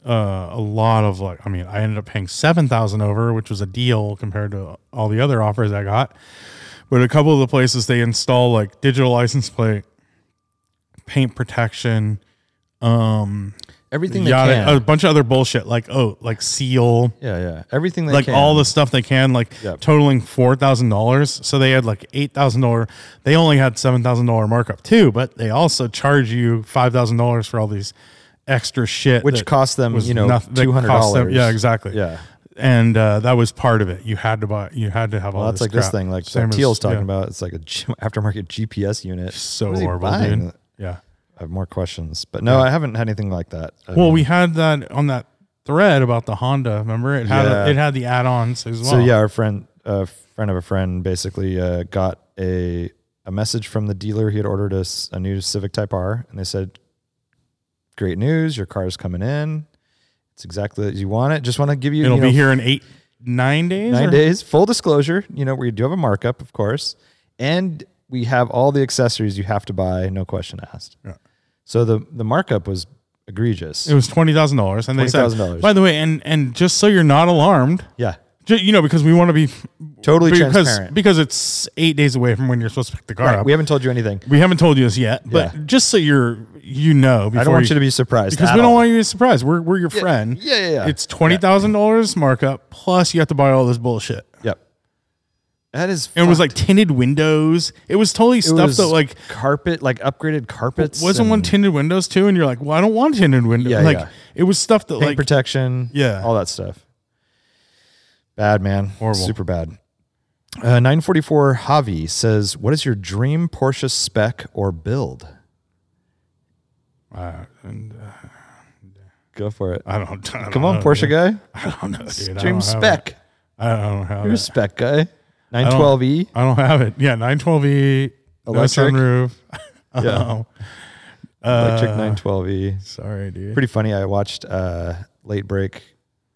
uh, a lot of like. I mean, I ended up paying seven thousand over, which was a deal compared to all the other offers I got but a couple of the places they install like digital license plate, paint protection, um, Everything they yada, can. a bunch of other bullshit like oh, like seal, yeah, yeah. Everything they like can. all the stuff they can, like Yep. totaling four thousand dollars. So they had like eight thousand dollar. They only had seven thousand dollar markup too, but they also charge you five thousand dollars for all these extra shit, which that cost them, was you know, noth- that two hundred cost them- dollars. Yeah, exactly. Yeah. And uh, that was part of it. You had to buy. You had to have all. Well, that's this like this crap. thing, like Same that as- Teal's talking yeah. about. It's like a G- aftermarket GPS unit. so What is he horrible, buying? dude. Yeah. I have more questions, but no, I haven't had anything like that. I Well, mean, we had that on that thread about the Honda. Remember, it had Yeah. it had the add-ons as well. so yeah, our friend, a friend of a friend, basically uh, got a a message from the dealer. He had ordered us a new Civic Type R, and they said, "Great news! Your car's coming in. It's exactly as you want it. Just want to give you, it'll you be know, here in eight, nine days. Nine or- days. Full disclosure, you know, we do have a markup, of course, and we have all the accessories you have to buy, no question asked. Yeah. So the the markup was egregious. It was twenty thousand dollars, and they $20,000. said, by the way, and and just so you're not alarmed, yeah, ju- you know, because we want to be totally because transparent. because it's eight days away from when you're supposed to pick the car Right, up. we We, haven't told you anything. haven't told you this yet, but Yeah. just so you're you know, before I don't want you to be surprised because at we don't all. want you to be surprised. We're we're your friend. yeah, yeah, yeah. It's twenty thousand dollars markup plus you have to buy all this bullshit. Yep. That is. And it was fucked. like tinted windows. It was totally It stuff was that like carpet, like upgraded carpets. wasn't one and tinted windows too, and you're like, well, I don't want tinted windows. Yeah, like yeah. it was stuff that paint like protection. Yeah. all that stuff. Bad man, Horrible. super bad. Uh, 944 Javi says, "What is your dream Porsche spec or build?" uh, and, uh, Go for it. I don't. I don't Come on, know, Porsche dude. guy. I don't know, dude. I Dream don't have spec. it. I don't have Dream it. spec guy. E, 912e. I don't have it. Yeah, nine twelve e Electric. no sunroof. Yeah. Oh, Uh, Electric E. 912e. sorry, dude. pretty funny. I watched uh, late break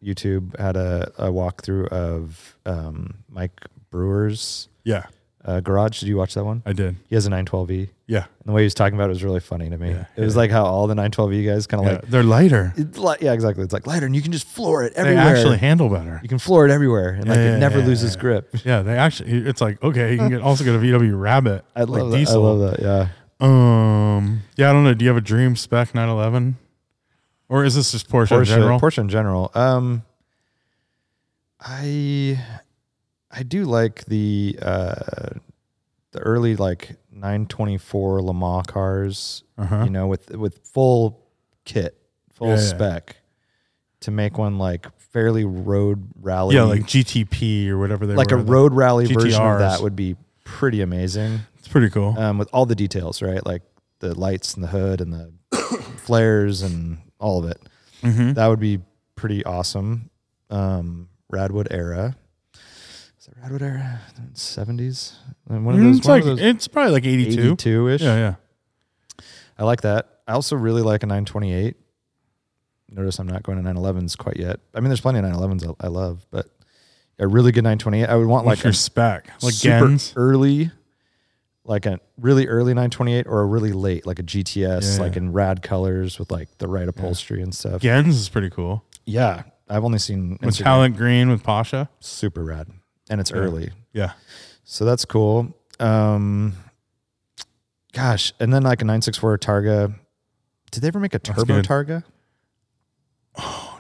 YouTube had a, a walkthrough of um, Mike Brewer's yeah, uh, garage. Did you watch that one? I did. He has a 912e. Yeah, And the way he was talking about it was really funny to me. it was like how all the 912e guys kind of yeah. like, they're lighter. it's like, yeah, exactly. It's like lighter, and you can just floor it They everywhere. actually handle better. you can floor it everywhere, and like Yeah, it yeah, never yeah, loses yeah. grip. Yeah, they actually. It's like okay, you can get also get a VW Rabbit. I love like that. I love that. Yeah. Um. Yeah, I don't know. Do you have a dream spec 911, or is this just Porsche, in general? Porsche in general. Um, I I do like the uh, the early like 924 Le Mans cars. Uh-huh. You know, with with full kit, full Yeah, yeah. spec, to make one like fairly road rally. Yeah, like GTP or whatever they like were. a road rally version GTRs. of that would be pretty amazing. It's pretty cool. Um, with all the details, right? Like the lights and the hood and the flares and all of it mm-hmm. that would be pretty awesome. Um, Radwood era. Is that Radwood era? Seventies. One of those. Mm, it's one like of those it's probably like 82. eighty-two ish. Yeah, yeah. I like that. I also really like a nine twenty-eight. Notice I'm not going to nine elevens quite yet. I mean, there's plenty of nine elevens I, I love, but a really good nine twenty-eight. I would want Like like your a spec, like super Gens. early, like a really early nine twenty-eight or a really late, like a GTS, Yeah, like in rad colors with like the right upholstery and stuff. Yeah. Gens is pretty cool. I've only seen Instagram. Metallic green with Pasha. super rad and it's early Yeah, so that's cool um gosh and then like a 964 targa did they ever make a turbo good. targa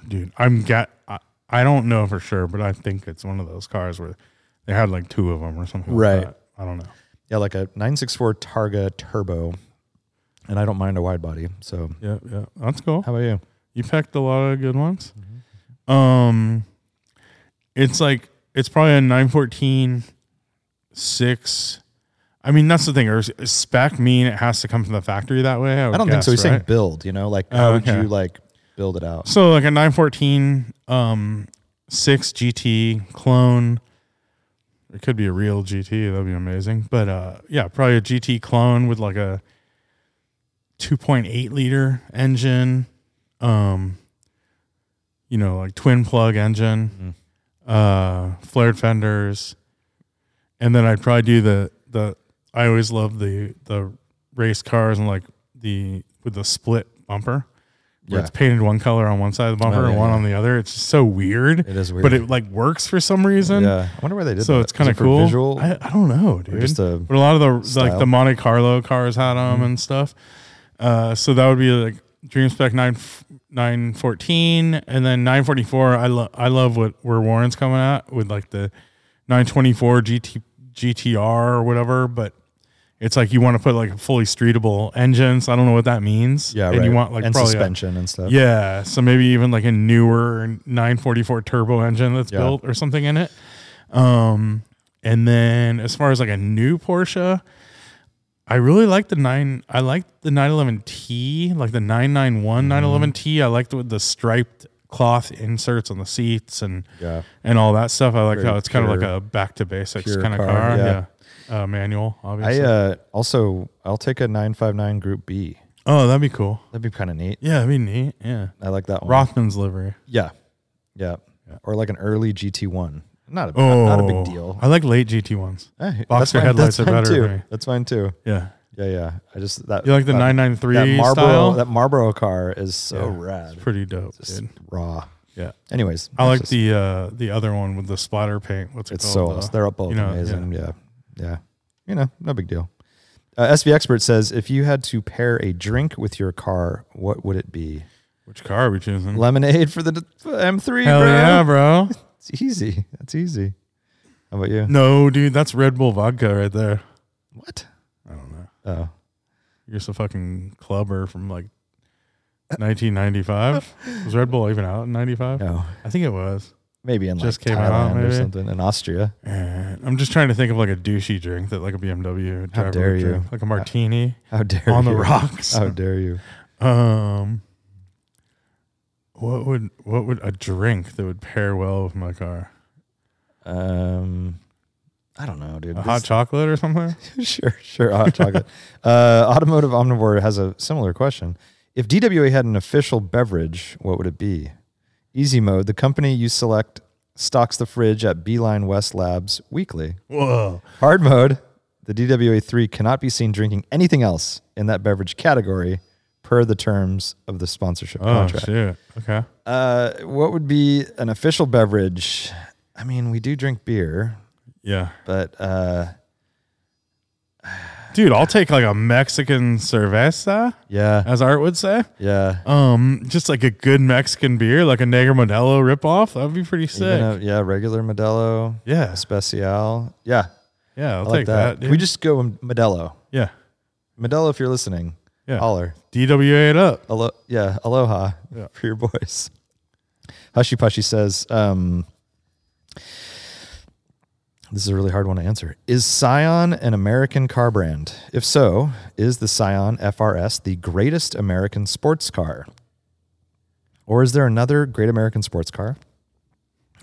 dude. I'm got. I, I don't know for sure, but I think it's one of those cars where they had like two of them or something. like Right. that. I don't know. yeah like a 964 targa turbo and I don't mind a wide body. So Yeah, yeah. That's cool. how about you? You picked a lot of good ones. Mm-hmm. Um, it's like it's probably a 914 6 I mean, that's the thing. Or is- is spec mean it has to come from the factory that way? would I don't think so. guess, He's right? Oh, saying build. You know, like how would okay. you like build it out? So like a 914 um 6 GT clone. It could be a real GT, that'd be amazing. But uh yeah, probably a GT clone with like a 2.8 liter engine um you know, like twin plug engine, Mm-hmm. uh flared fenders. And then I'd probably do the the I always love the the race cars and like the with the split bumper where Yeah. it's painted one color on one side of the bumper Oh, yeah, and one yeah. on the other. It's just so weird. It is weird. But it like works for some reason. yeah, I wonder where they did. So that. it's Was kind it of for cool. Visual. I, I don't know, dude. just a but a lot of the like style? Mm-hmm. the Monte Carlo cars had them and stuff. Uh, so that would be like Dream Spec nine nine fourteen, and then nine forty four. I love I love what where Warren's coming at with like the nine twenty four GT GTR or whatever, but. It's like you want to put like a fully streetable engines. I don't know what that means. yeah, and right. you want like and probably a- suspension and stuff. yeah, so maybe even like a newer 944 turbo engine that's Yeah. built or something in it. Um, and then as far as like a new Porsche, I really like the nine. I like the 911T, like the 991 Mm-hmm. 911T. I liked with the striped cloth inserts on the seats and yeah. and all that stuff. I like Very how it's kind of like pure- a back to basics pure kind of car, car. yeah. Yeah. Uh, manual, I obviously. uh, also I'll take a nine five nine Group B. oh, that'd be cool. That'd be kind of neat. Yeah, that'd be neat. Yeah. I like that one. Rothman's livery. Yeah. yeah, Or like an early GT one. Not a Oh, not a big deal. I like late GT ones. Eh, Boxer fine- headlights that's are fine better too. to me. That's fine too. Yeah, Yeah, yeah. I just that you like the that- nine nine that three Marlboro style? that Marlboro car is so Yeah. rad. It's pretty dope, It's dude. raw. Yeah, Anyways, I that's like just- the uh, the other one with the splatter paint. What's it It's called? so Uh, awesome. They're both you know, amazing. Yeah. yeah, You know, no big deal. Uh, SV expert says if you had to pair a drink with your car, what would it be? Which car are we choosing? Lemonade for the d- for M3, Hmm. Hell bro. yeah, bro! It's easy. That's easy. How about you? no, dude, that's Red Bull vodka right there. What? I don't know. Oh, You're just a fucking clubber from like 1995. was Red Bull even out in 95? no. I think it was. Maybe in like Just came out, Thailand or maybe. something. In Austria. Eh, I'm just trying to think of like a douchey drink that like a BMW driver How would dare you. drink, like a martini How dare on the you. rocks. How dare you? Um, what would what would a drink that would pair well with my car? Um, I don't know, dude. A hot chocolate or something? chocolate. sure, sure. Hot chocolate. uh, Automotive Omnivore has a similar question. If DWA had an official beverage, what would it be? Easy mode. The company you select stocks the fridge at Beeline West Labs weekly. Whoa! Hard mode. The DWA3 cannot be seen drinking anything else in that beverage category per the terms of the sponsorship Oh contract. shit! Okay. Uh, what would be an official beverage? I mean, we do drink beer, Yeah, but uh, dude, I'll take like a Mexican cerveza, yeah, as Art would say. yeah. Um, just like a good Mexican beer, like a Negra Modelo ripoff. That would be pretty sick. Even a, yeah, regular Modelo, yeah, Especial. Yeah, yeah, I'll I like take that. that. Can dude. we just go with Modelo. yeah, Modelo, if you're listening, Yeah. holler. DWA it up. Alo- yeah, aloha Yeah. for your boys. Hushy Pushy says, um, this is a really hard one to answer. Is Scion an American car brand? If so, is the Scion FRS the greatest American sports car? Or is there another great American sports car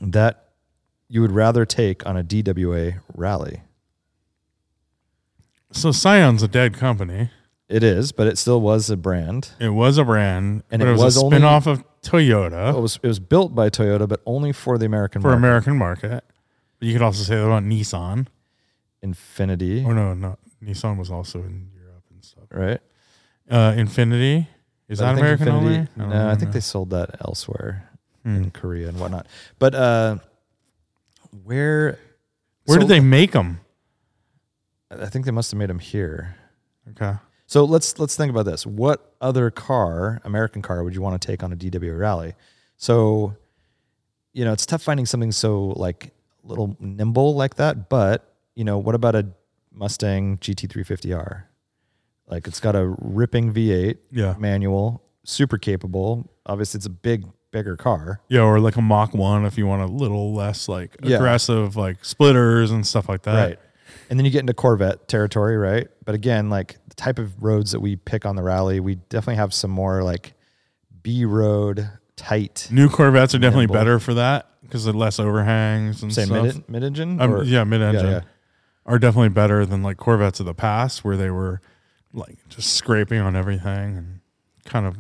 that you would rather take on a DWA rally? So Scion's a dead company. It is, but it still was a brand. It was a brand, And but it it was, was a only- spinoff of Toyota. It was, it was built by Toyota, but only for the American for market. American market. But you could also say that about Nissan. Infinity, Oh no, not Nissan was also in Europe and stuff. right? Uh, Infinity is But I that think American Infinity- only? No, I think they sold that elsewhere Hmm. in Korea and whatnot. But uh, where? Where so did they make them? I think they must have made them here. Okay, So let's let's think about this. What other car, American car, would you want to take on a DW rally? So, you know, it's tough finding something so like little nimble like that. But you know, what about a Mustang GT350R? Like it's got a ripping V8 Yeah. manual, super capable. Obviously, it's a big, bigger car. Yeah, or like a Mach 1 if you want a little less like Yeah. aggressive, like splitters and stuff like that. Right. And then you get into Corvette territory, right? But again, like the type of roads that we pick on the rally, we definitely have some more like B road, tight, New Corvettes are definitely Nimble. better for that because they're less overhangs and say stuff. mid mid engine. Um, yeah, mid engine yeah. are definitely better than like Corvettes of the past where they were like just scraping on everything and kind of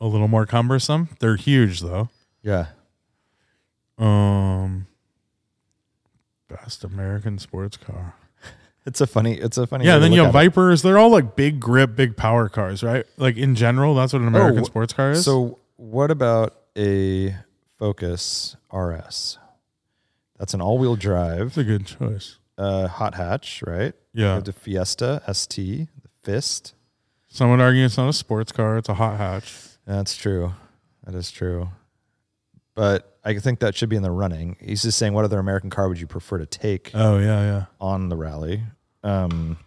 a little more cumbersome. They're huge though. yeah. Um, best American sports car. It's a funny. It's a funny. Yeah, way to then look you have at it. Vipers. They're all like big grip, big power cars, right? Like in general, that's what an American wh- sports car is. Oh, So what about a Focus RS? That's an all-wheel drive, it's a good choice. uh, hot hatch, right? Yeah. You have the Fiesta ST, the Fist. Some would argue it's not a sports car; it's a hot hatch. That's true. That is true. But I think that should be in the running. He's just saying, what other American car would you prefer to take Oh yeah, yeah. on the rally? Um,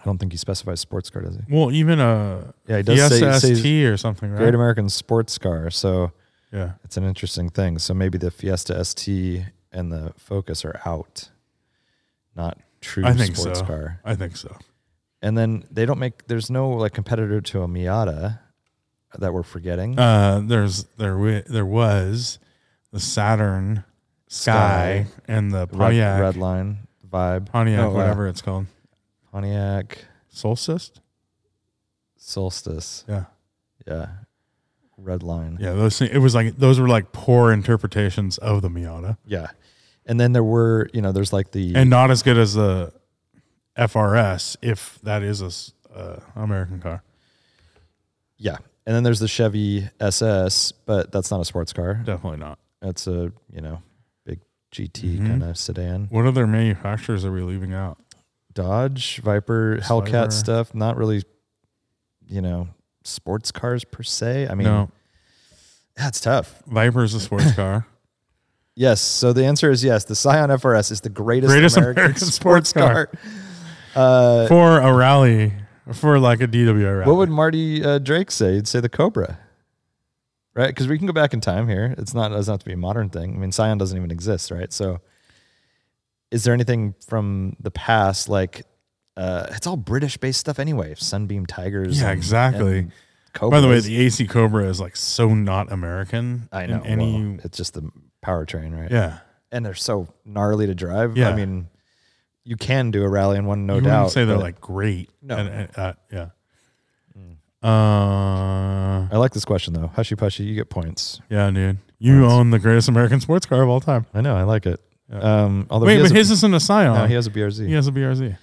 I don't think he specifies sports car, does he? Well, even a Yeah, he does say, Fiesta he says ST or something, right? Great American Sports Car. So yeah, It's an interesting thing. So maybe the Fiesta ST and the Focus are out, not true I think sports so. car. I think so. And then they don't make. There's no like competitor to a Miata that we're forgetting. Uh, there's there wi- there was the Saturn Sky, Sky. and the Red, Pontiac Red Line vibe. Pontiac No, uh, whatever it's called Pontiac Solstice. Solstice. Yeah, Yeah. Red Line. yeah. Those things, it was like those were like poor interpretations of the Miata, Yeah. And then there were, you know, there's like the and not as good as the FRS if that is a s- uh, American car. yeah, and then there's the Chevy SS, but that's not a sports car. Definitely not. That's a you know big GT Mm-hmm. kind of sedan. What other manufacturers are we leaving out? Dodge, Viper, Viper. Hellcat stuff, not really, you know, sports cars per se. I mean, no, that's tough. Viper's a sports car. Yes. So the answer is yes. The Scion FRS is the greatest, Greatest American, American sports sports car. Uh, for a rally, for like a DWI rally. what would Marty uh, Drake say? He'd say the Cobra, right? Because we can go back in time here. It's not it doesn't have to be a modern thing. I mean, Scion doesn't even exist, right? So, is there anything from the past like? Uh, it's all British-based stuff anyway. Sunbeam Tigers. Yeah, exactly. Cobras. By the way, the AC Cobra is like so not American. I in know. any well, it's just the powertrain, right? yeah, And they're so gnarly to drive. Yeah. I mean, you can do a rally in one, no you doubt. wouldn't say they're but like great. No. and, and, uh, yeah. Uh, I like this question though. Hushy pushy, you get points. yeah, dude. You own the greatest American sports car of all time. I know. I like it. Um, although Wait, he but has a, his isn't a Scion. no, he, Oh, he has, has a BRZ. a BRZ.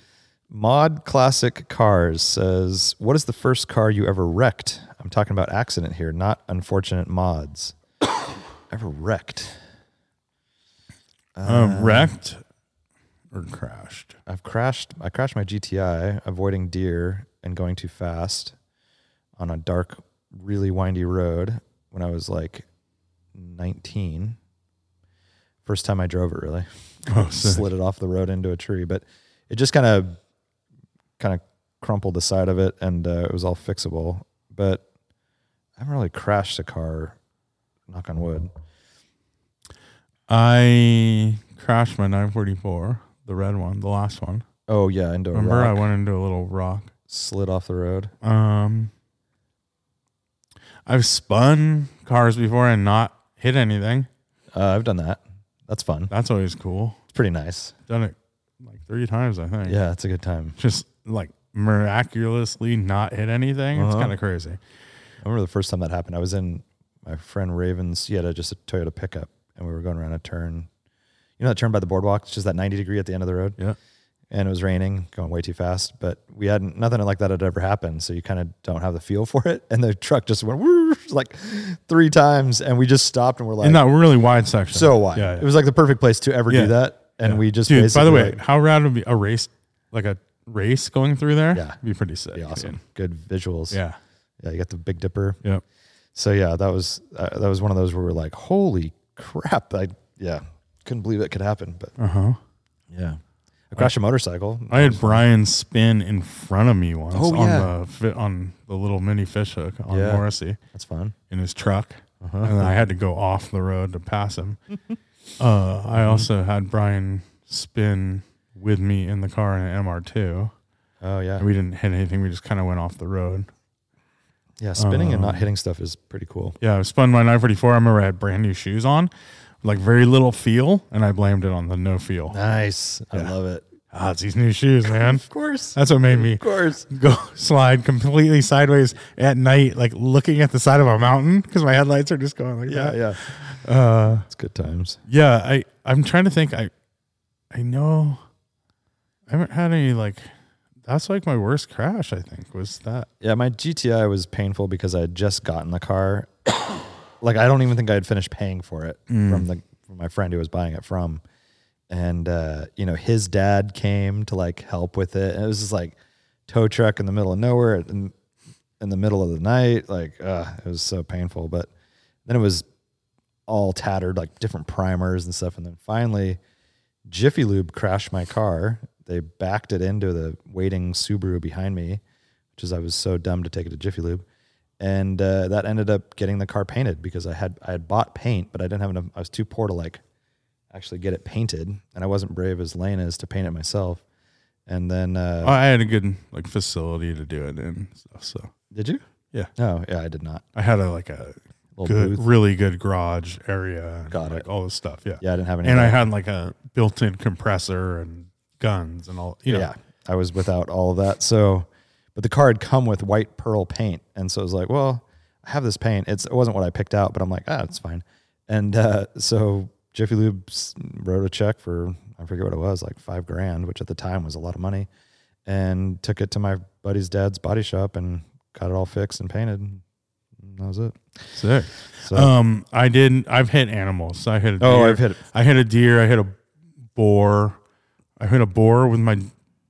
Mod Classic Cars says, "What is the first car you ever wrecked?" I'm talking about accident here, not unfortunate mods. ever wrecked? Uh, um, wrecked or crashed. I've crashed. I crashed my GTI avoiding deer and going too fast on a dark, really windy road when I was like 19. First time I drove it, really Oh, so, slid it off the road into a tree, but it just kind of kind of crumpled the side of it, and uh, it was all fixable. But I haven't really crashed a car. Knock on wood. I crashed my 944, the red one, the last one. Oh yeah, into a Remember, I rock, went into a little rock. slid off the road. Um, I've spun cars before and not hit anything. Uh, I've done that. That's fun. That's always cool. It's pretty nice. Done it like three times, I think. Yeah, it's a good time. Just like miraculously not hit anything. It's Uh-huh. kind of crazy. I remember the first time that happened. I was in my friend Raven's. He had a, just a Toyota pickup, and we were going around a turn. You know that turn by the boardwalk? It's just that 90 degree at the end of the road. Yeah. And it was raining, going way too fast. But we hadn't, nothing like that had ever happened. So you kind of don't have the feel for it. And the truck just went "Woo," like three times. And we just stopped and we're like, In that really wide section. so why? Yeah. yeah. It was like the perfect place to ever Yeah. do that. And we just, Dude, by the basically, way, like, how rad would be a race, like a race going through there? Yeah. Be pretty sick. be awesome. dude. Good visuals. Yeah. Yeah. You got the Big Dipper. Yeah. So yeah, that was uh, that was one of those where we're like, holy crap! I yeah, couldn't believe it could happen. But Uh huh. yeah, I crashed a motorcycle. I had Brian spin in front of me once Oh, on yeah. the fi- on the little mini fish hook on Yeah. Morrissey That's fun. in his truck, and then I had to go off the road to pass him. uh, I also had Brian spin with me in the car in an MR2. Oh yeah, And we didn't hit anything. We just kind of went off the road. yeah. Spinning and Um, not hitting stuff is pretty cool. Yeah, I spun my 944. I remember I had brand new shoes on, like very little feel, and I blamed it on the no feel. Nice. I love it. Ah, it's these new shoes, man. Of course. Of That's what made me course. go slide completely sideways at night, like looking at the side of a mountain because my headlights are just going like Yeah, that. yeah. it's good times. Yeah, I I'm trying to think. I I know I haven't had any like that's like my worst crash. I think was that. Yeah, my GTI was painful because I had just gotten the car. like I don't even think I had finished paying for it from the from my friend who was buying it from. And uh, you know, his dad came to like help with it. And it was just like tow truck in the middle of nowhere in, in the middle of the night. Like, uh, it was so painful. But then it was all tattered, like different primers and stuff. And then finally, Jiffy Lube crashed my car. They backed it into the waiting Subaru behind me, which is I was so dumb to take it to Jiffy Lube, and uh, that ended up getting the car painted because I had I had bought paint, but I didn't have enough. I was too poor to like actually get it painted, and I wasn't brave as Lane is to paint it myself. And then uh, Oh, I had a good like facility to do it in and stuff. So did you? Yeah. No. Yeah, I did not. I had a like a Little good, booth. really good garage area. And, Got like it. all this stuff. Yeah. Yeah, I didn't have any. And of I that. had like a built-in compressor and guns and all. You know. yeah, I was without all of that. So, but the car had come with white pearl paint, and so I was like, well, I have this paint. It's it wasn't what I picked out, but I'm like, ah, it's fine. And uh, so Jiffy Lube s- wrote a check for I forget what it was, like five grand, which at the time was a lot of money, and took it to my buddy's dad's body shop and got it all fixed and painted. And that was it. Sick. So Um, I didn't. I've hit animals. I hit. A deer. Oh, I've hit it. I hit a deer. I hit a boar. I hit a boar with my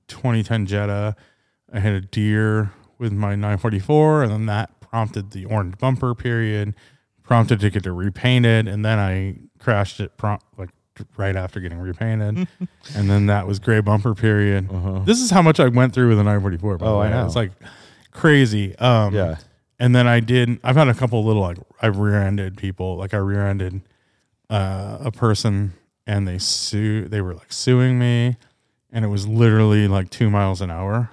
2010 Jetta. I hit a deer with my 944, and then that prompted the orange bumper period, prompted to get it repainted, and then I crashed it prompt like right after getting repainted, and then that was gray bumper period. This is how much I went through with a 944. by the Uh-huh. Oh, I way. know. It's like crazy. Um, yeah, and then I did. I've had a couple little like I rear-ended people. Like I rear-ended uh, a person, and they sue. They were like suing me, and it was literally like two miles an hour,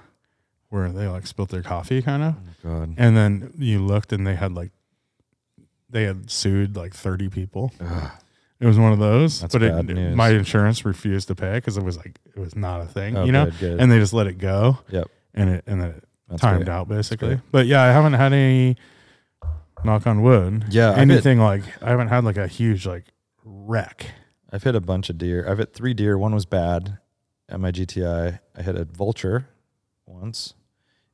where they like spilt their coffee, kind of. God, And then you looked, and they had like they had sued like thirty people. It was one of those, That's but it, bad news. my insurance refused to pay because it was like it was not a thing, Oh, you know. good, good. And they just let it go, yep, and it and then it That's timed great. out basically. great. But yeah, I haven't had any knock on wood. Yeah, I've had- Anything like I haven't had like a huge like wreck. I've hit a bunch of deer. I've hit three deer. One was bad at my GTI. I hit a vulture once.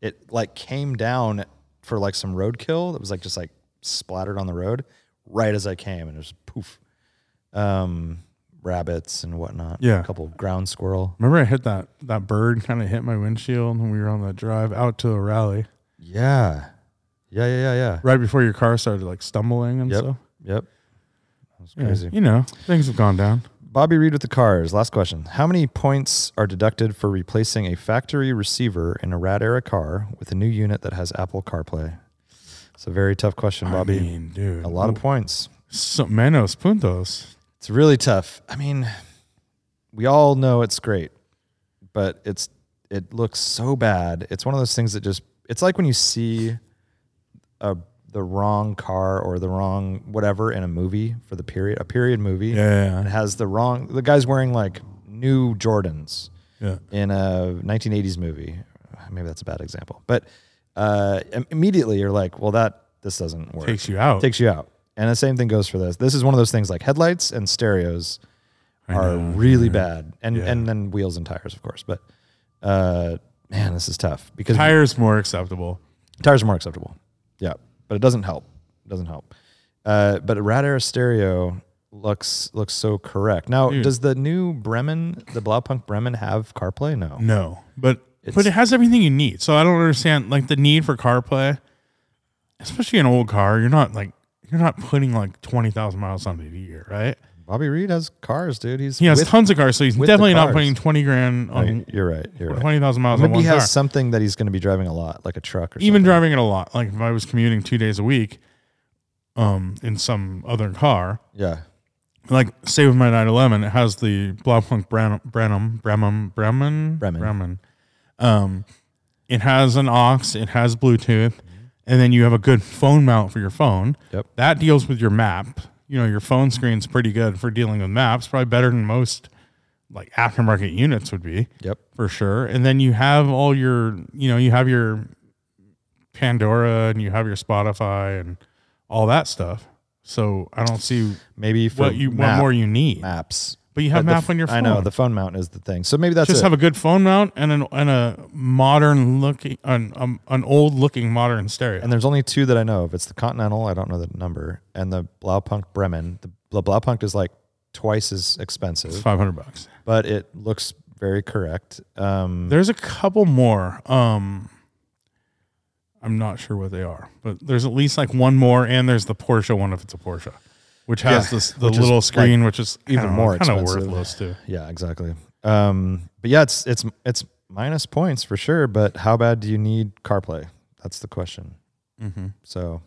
It like came down for like some roadkill that was like just like splattered on the road right as I came and it was poof. Um, rabbits and whatnot. Yeah. A couple ground squirrel. Remember I hit that that bird kind of hit my windshield when we were on that drive out to a rally Yeah. Yeah. Yeah. Yeah. Yeah. right before your car started like stumbling and Yep. stuff. Yep. That was Yeah, crazy. you know, things have gone down. Bobby Reed with the cars. Last question. How many points are deducted for replacing a factory receiver in a Rad Era car with a new unit that has Apple CarPlay? It's a very tough question, Bobby. I mean, dude, a lot of points. so, menos puntos. It's really tough. I mean, we all know it's great, but it's it looks so bad. It's one of those things that just it's like when you see a the wrong car or the wrong whatever in a movie for the period a period movie Yeah, and yeah, has the wrong the guy's wearing like new Jordans yeah. in a 1980s movie. Maybe that's a bad example, but uh, im- immediately you're like, well, that this doesn't work. Takes you out. Takes you out. And the same thing goes for this. This is one of those things like headlights and stereos are know, really bad, and Yeah. and then wheels and tires, of course. But uh, man, this is tough because Tires more acceptable. Tires are more acceptable. Yeah, but it doesn't help. It doesn't help. Uh, but Rad Air stereo looks looks so correct. Now, does the new Bremen, the Blaupunk Bremen, have CarPlay? No. No, but It's- but it has everything you need. So I don't understand like the need for CarPlay, especially an old car. You're not like you're not putting like twenty thousand miles on it a year, right? Bobby Reed has cars, dude. He's He has with- tons of cars, so he's with the definitely not cars. putting twenty grand Oh, on you're right. You're right. twenty thousand miles on Maybe one he has car. something that he's going to be driving a lot, like a truck or Even something. driving it a lot, like if I was commuting two days a week, um, in some other car, yeah, like say with my 911, it has the Blaupunkt Bran- Branham Bramham Bremen Bremen. Bremen. Um, it has an aux, it has Bluetooth, and then you have a good phone mount for your phone. Mm-hmm. Yep. That deals with your map. You know, your phone screen's pretty good for dealing with maps, probably better than most like aftermarket units would be yep, for sure. And then you have all your, you know, you have your Pandora and you have your Spotify and all that stuff. So I don't see maybe for what you what map- more you need. maps. But you have But the map f- on your phone. I know the phone mount is the thing. So maybe that's just it. have a good phone mount and an and a modern looking an um, an old looking modern stereo. and there's only two that I know of. It's the Continental. I don't know the number, and the Blaupunk Bremen. The, the Blaupunk is like twice as it's expensive, five hundred bucks. but it looks very correct. Um, There's a couple more. Um, I'm not sure what they are, but there's at least like one more, and there's the Porsche one if it's a Porsche, which has Yeah, this the which is, little like, screen, which is even more kind of expensive. worthless too. yeah, exactly. Um, but yeah, it's it's it's minus points for sure. But how bad do you need CarPlay? That's the question. Mm-hmm. So,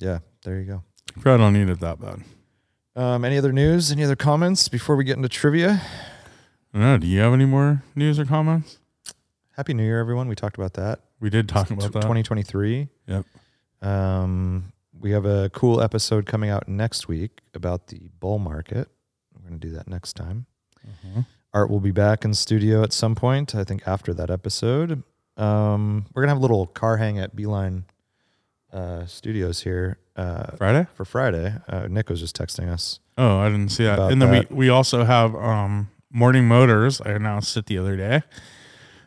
yeah, there you go. Probably don't need it that bad. Um, any other news? Any other comments before we get into trivia? I don't know. Do you have any more news or comments? Happy New Year, everyone. We talked about that. We did talk about that. 2023. Yep. Um, we have a cool episode coming out next week about the bull market. We're going to do that next time. Mhm. Art will be back in studio at some point, I think after that episode. Um, we're going to have a little car hang at Beeline uh, Studios here uh, Friday. for Friday. Uh, Nick was just texting us. Oh, I didn't see that. about And then that. we we also have um Morning Motors. I announced it the other day.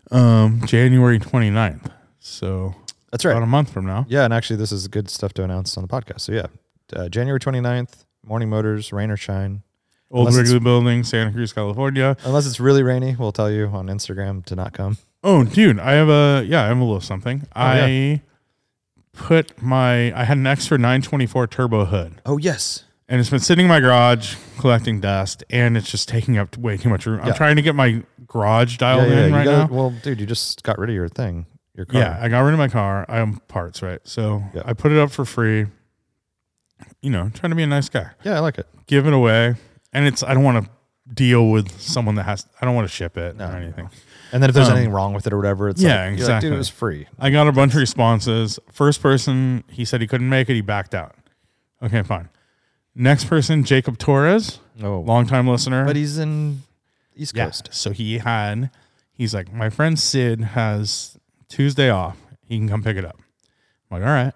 Um January 29th. So That's right. about a month from now. Yeah, and actually, this is good stuff to announce on the podcast. So, yeah, uh, January 29th, Morning Motors, rain or shine. Old Unless it's- Wrigley Building, Santa Cruz, California. Unless it's really rainy, we'll tell you on Instagram to not come. Oh, dude, I have a yeah, I have a little something. Oh, I put my I had an extra 924 turbo hood Oh, yes. and it's been sitting in my garage collecting dust and it's just taking up way too much room. Yeah. I'm trying to get my garage Yeah, dialed yeah, in you Oh, right now. gotta- Well, dude, you just got rid of your thing, your car. Yeah, I got rid of my car. I own parts, right? So Yeah. I put it up for free. You know, trying to be a nice guy. Yeah, I like it. Give it away. And it's I don't want to deal with someone that has I don't want to ship it No, or no. anything. And then if there's Um, anything wrong with it or whatever, it's yeah, like, you're like, dude, exactly. it was free. I got a bunch of responses. First person, he said he couldn't make it, he backed out. Okay, fine. Next person, Jacob Torres, Oh, longtime listener. but he's in East Yeah. Coast. So he had, he's like, my friend Sid has Tuesday off. He can come pick it up. I'm like, all right.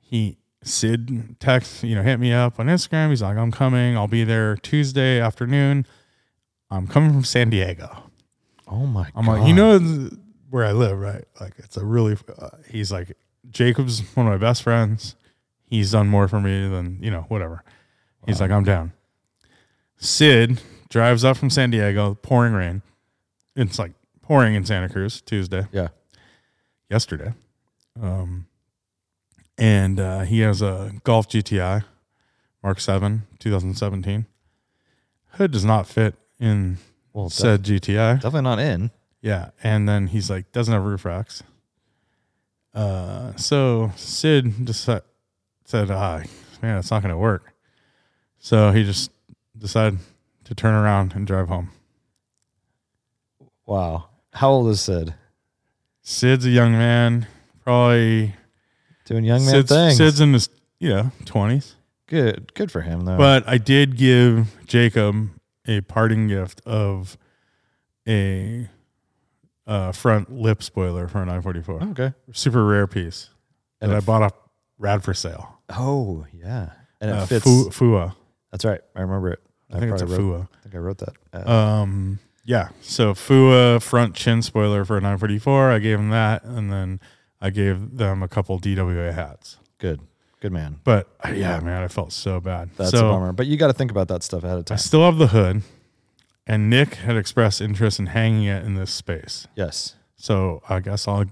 He, Sid texts, you know, hit me up on Instagram. He's like, I'm coming. I'll be there Tuesday afternoon. I'm coming from San Diego. Oh my I'm god! like, you know th- where I live, right? Like, it's a really, uh, he's like, Jacob's one of my best friends. He's done more for me than, you know, whatever. He's like, I'm down. Sid drives up from San Diego, pouring rain. It's like pouring in Santa Cruz Tuesday, yeah, yesterday. Um, and uh, he has a Golf GTI, Mark 7, 2017. Hood does not fit in well, def- said GTI. definitely not in. Yeah, and then he's like, doesn't have roof racks. Uh, so Sid just sa- said, ah, man, it's not going to work. So he just decided to turn around and drive home. Wow, how old is Sid? Sid's a young man, probably Doing young man Sid's, things. Sid's in his you know twenties. good, good for him though. But I did give Jacob a parting gift of a uh, front lip spoiler for a 944, Oh, okay. super rare piece And that I it f- bought off Rad for sale. Oh yeah, and it uh, fits. Fu- Fua. That's right. I remember it. I, think it's a probably wrote, Fua. I think I wrote that. Uh, Um, yeah. So Fua front chin spoiler for a 944. I gave him that, and then I gave them a couple DWA hats. good, good man. But uh, yeah, man, I felt so bad. That's so a bummer. But you got to think about that stuff ahead I of time. still have the hood, and Nick had expressed interest in hanging it in this space. Yes. So I guess I'll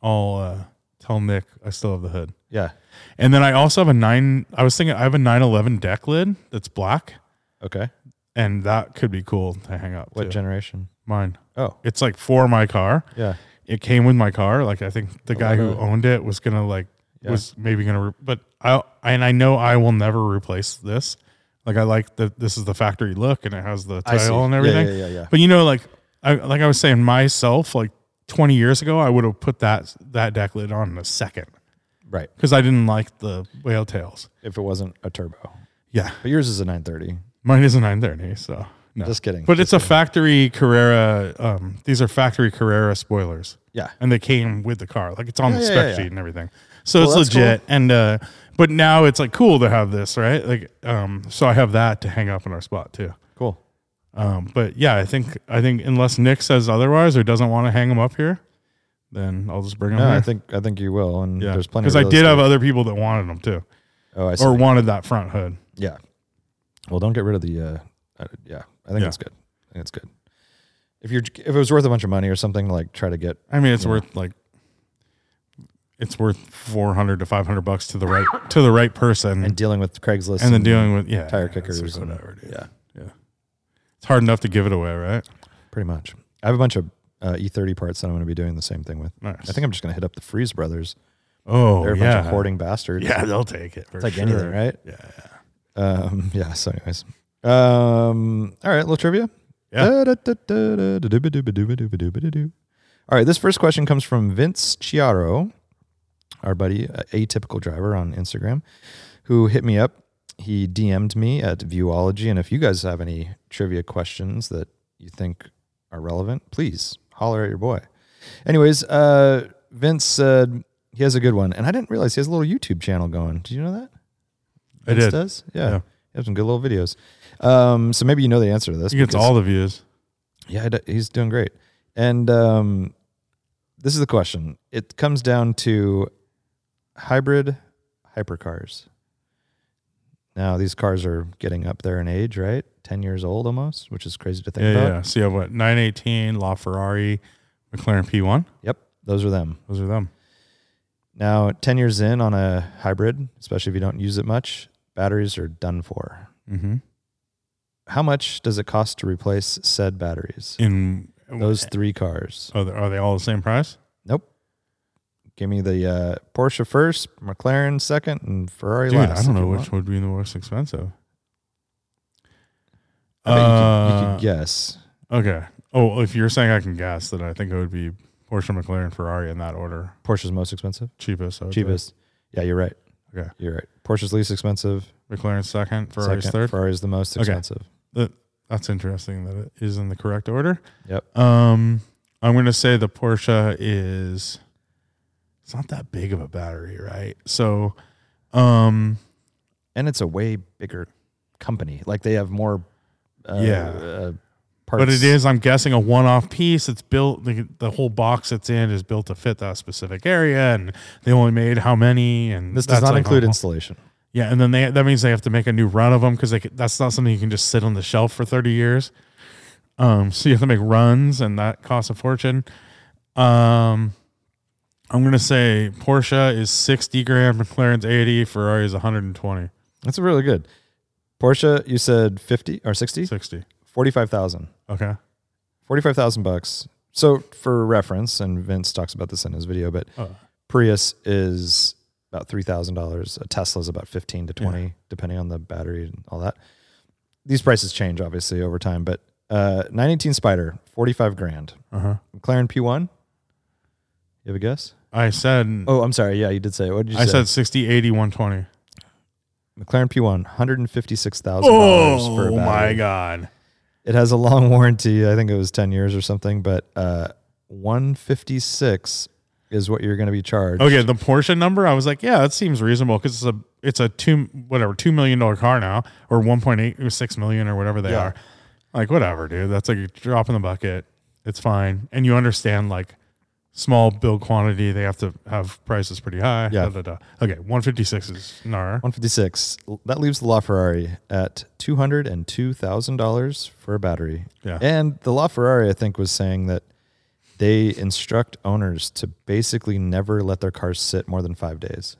I'll uh, Tell Nick I still have the hood. Yeah. And then I also have a nine. I was thinking I have a nine eleven deck lid that's black, Okay. and that could be cool to hang up. What too. generation? Mine. Oh, It's like for my car. yeah. It came with my car. Like I think the guy who Eleven. owned it was gonna like Uh-huh. Yeah. was maybe gonna. Re- but I and I know I will never replace this. Like I like that this is the factory look and it has the I see. tile and Yeah, everything. yeah, yeah, yeah. But you know, like I like I was saying myself, like twenty years ago, I would have put that that deck lid on in a second Right. because I didn't like the whale tails. If it wasn't a turbo, Yeah, but yours is a 930. mine is a nine thirty, so no. Just kidding. but it's a factory Carrera. Um, these are factory Carrera spoilers. Yeah. and they came with the car. Like it's on Yeah, the yeah, spec yeah. sheet and everything. So Well, it's that's legit. And uh but now it's like cool to have this, right? Like um so I have that to hang up in our spot too. Cool. Um but yeah, I think I think unless Nick says otherwise or doesn't want to hang them up here, then I'll just bring them No, I here. think I think you will, and Mm-hmm. yeah. there's plenty. of I real did have estate. other people that wanted them too Oh, I see. or wanted that front hood. yeah. Well, don't get rid of the. Uh, uh, yeah, I think Yeah. it's good. I think it's good. If you're if it was worth a bunch of money or something, like try to get. I mean, it's worth like it's worth 400 to 500 bucks to the right to the right person And Mm. and, dealing with Craigslist then dealing with yeah, tire yeah, it's kickers and- whatever, dude. yeah, It's hard enough to give it away, right? pretty much. I have a bunch of uh, E30 parts that I'm going to be doing the same thing with. Nice. I think I'm just going to hit up the Freeze Brothers. Oh, They're a yeah. bunch of hoarding bastards. Yeah, they'll take it. For it's like sure. anything, right? Yeah. Um, yeah. So, anyways, um, all right, little trivia. Yeah. Da-da-da-da-da-da-da-ba-do-ba-do-ba-do-ba-do-ba-do. All right, this first question comes from Vince Chiaro, our buddy, uh, atypical driver on Instagram, who hit me up. He DM'd me at Viewology, and if you guys have any trivia questions that you think are relevant, please holler at your boy. Anyways, uh, Vince said he has a good one, and I didn't realize he has a little YouTube channel going. Did you know that? I Vince did. Does yeah. Yeah. He has some good little videos. Um, so maybe you know the answer to this. He gets because- all the views. Yeah, I d- he's doing great. And um, this is the question. It comes down to hybrid hypercars. Now these cars are getting up there in age, right? Ten years old almost, which is crazy to think Yeah, about. yeah. So you have what? 918, LaFerrari, McLaren P1. Yep, those are them. Those are them. Now, ten years in on a hybrid, especially if you don't use it much, batteries are done for. Mm-hmm. How much does it cost to replace said batteries? In Those three cars. Are they, are they all the same price? Nope. Give me the uh, Porsche first, McLaren second, and Ferrari Dude, last. I don't if know you which want. would be the most expensive. I bet you, could, you Uh, could guess. Okay. Oh, if you're saying I can guess, then I think it would be Porsche, McLaren, Ferrari in that order. Porsche's most expensive, Cheapest. I would say. cheapest. Yeah, you're right. Okay. You're right. Porsche's least expensive. McLaren second, Ferrari's second, third. Ferrari's the most Okay. expensive. That's interesting that it is in the correct order. Yep. Um, I'm going to say the Porsche is it's not that big of a battery, right? So, um, And it's a way bigger company. Like they have more. Uh, Yeah. Uh, parts. but it is I'm guessing a one-off piece. It's built the, the whole box it's in is built to fit that specific area, and they only made how many? And This does that's not like include a- installation. yeah, and then they that means they have to make a new run of them because that's not something you can just sit on the shelf for 30 years. Um, so you have to make runs, and that costs a fortune. Um, I'm gonna say Porsche is 60 grand, McLaren's 80, Ferrari is 120, That's really good. Porsche, you said 50 or 60? 60. 45,000. Okay, Forty-five thousand bucks. So for reference, and Vince talks about this in his video, but Oh. Prius is about three thousand dollars. A Tesla is about fifteen to twenty, depending on the battery and all that. These prices change obviously over time, but uh, nine eighteen Spider, forty-five grand. uh huh. McLaren P one. You have a guess? I said Oh, I'm sorry. Yeah, you did say it. What did you I say? said 60, 80, 120. McLaren P one, hundred and fifty-six thousand dollars for a Oh battery. my god, It has a long warranty. I think it was 10 years or something, but uh, 156 is what you're going to be charged. okay. The Porsche number, I was like, yeah, that seems reasonable because it's a it's a two whatever two million dollar car now or 1.8 or six million or whatever they Yeah. are. Like, whatever, dude, that's like a drop in the bucket, it's fine. And you understand, like, small build quantity, they have to have prices pretty high, Yeah. da, da, da. okay. 156 is gnar, 156. That leaves the LaFerrari at $202,000 for a battery. Yeah. And the LaFerrari, I think, was saying that they instruct owners to basically never let their cars sit more than five days.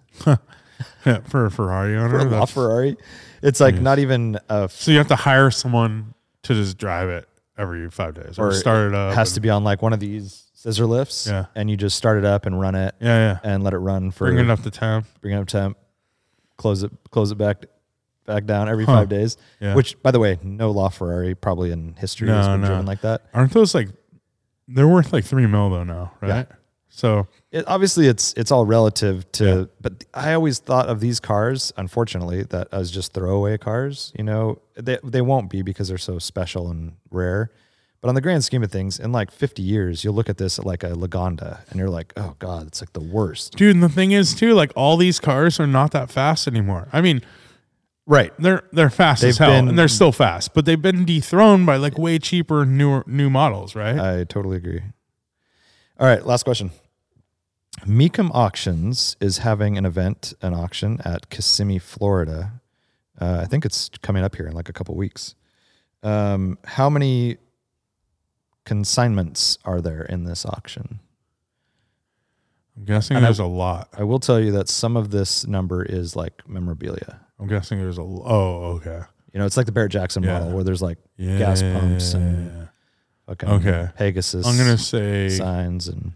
Yeah, for a Ferrari owner. For a that's- Ferrari, it's like not even a so you have to hire someone to just drive it every five days or, Or start it up. has and- to be on like one of these scissor lifts. Yeah. And you just start it up and run it yeah, yeah. and let it run for Bring it up to town. bring it up temp, close it close it back back down every Huh. five days. Yeah. Which by the way, no law Ferrari probably in history has No, been no. driven like that. Aren't those like they're worth like three mil though now, right? So It, obviously it's it's all relative to Yeah. but I always thought of these cars, unfortunately, that as just throwaway cars, you know. They they won't be because they're so special and rare. But on the grand scheme of things, in like 50 years, you'll look at this at like a Lagonda and you're like, oh God, it's like the worst. dude, and the thing is too, like all these cars are not that fast anymore. I mean, Right. they're they're fast as They've hell been- and they're still fast, but they've been dethroned by like way cheaper newer new models, right? I totally agree. All right, last question. Mecum Auctions is having an event, an auction at Kissimmee, Florida. Uh, I think it's coming up here in like a couple weeks. Um, how many consignments are there in this auction? I'm guessing and I- there's a lot. I will tell you that some of this number is like memorabilia. I'm guessing there's a l- oh okay You know, it's like the Barrett Jackson Yeah. model where there's like yeah Gas pumps and- fucking Okay. Pegasus I'm gonna say signs and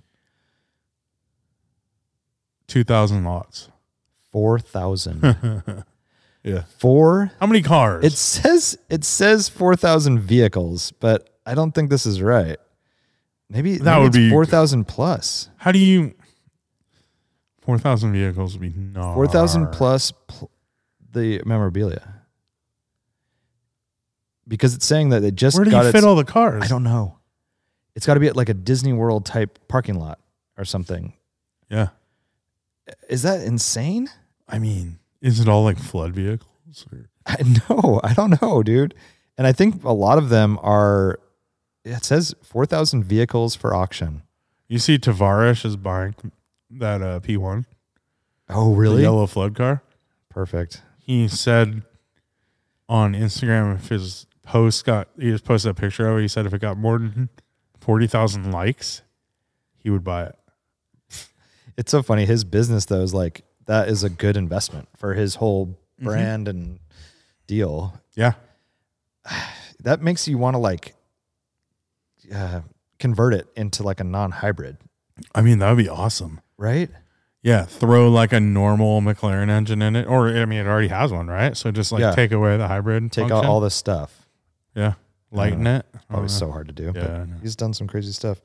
two thousand lots. 4,000. yeah. 4 How many cars? It says it says four thousand vehicles, but I don't think this is right. Maybe That would be- four thousand plus. how do you four thousand vehicles would be no Four thousand plus pl- the memorabilia, because it's saying that they just Where do got you its- fit all the cars? I don't know. It's got to be at like a Disney World type parking lot or something. Yeah. Is that insane? I mean, is it all like flood vehicles? Or? I, no, I don't know, dude. And I think a lot of them are. It says four thousand vehicles for auction. You see, Tavares is buying that uh, P1, Oh, the really? yellow flood car. Perfect. He said on Instagram if his post got, he just posted a picture of it. He said if it got more than 40,000 likes, he would buy it. It's so funny. His business though is like that is a good investment for his whole Mm-hmm. brand and deal. Yeah. That makes you want to like uh, convert it into like a non-hybrid, I mean, that would be awesome. right? Yeah. Throw like a normal McLaren engine in it. Or, I mean, it already has one, right? So just like Yeah. take away the hybrid. Take out function. all this stuff. Yeah. Lighten it. Oh, I Probably don't know. so hard to do. Yeah, I know. but he's done some crazy stuff.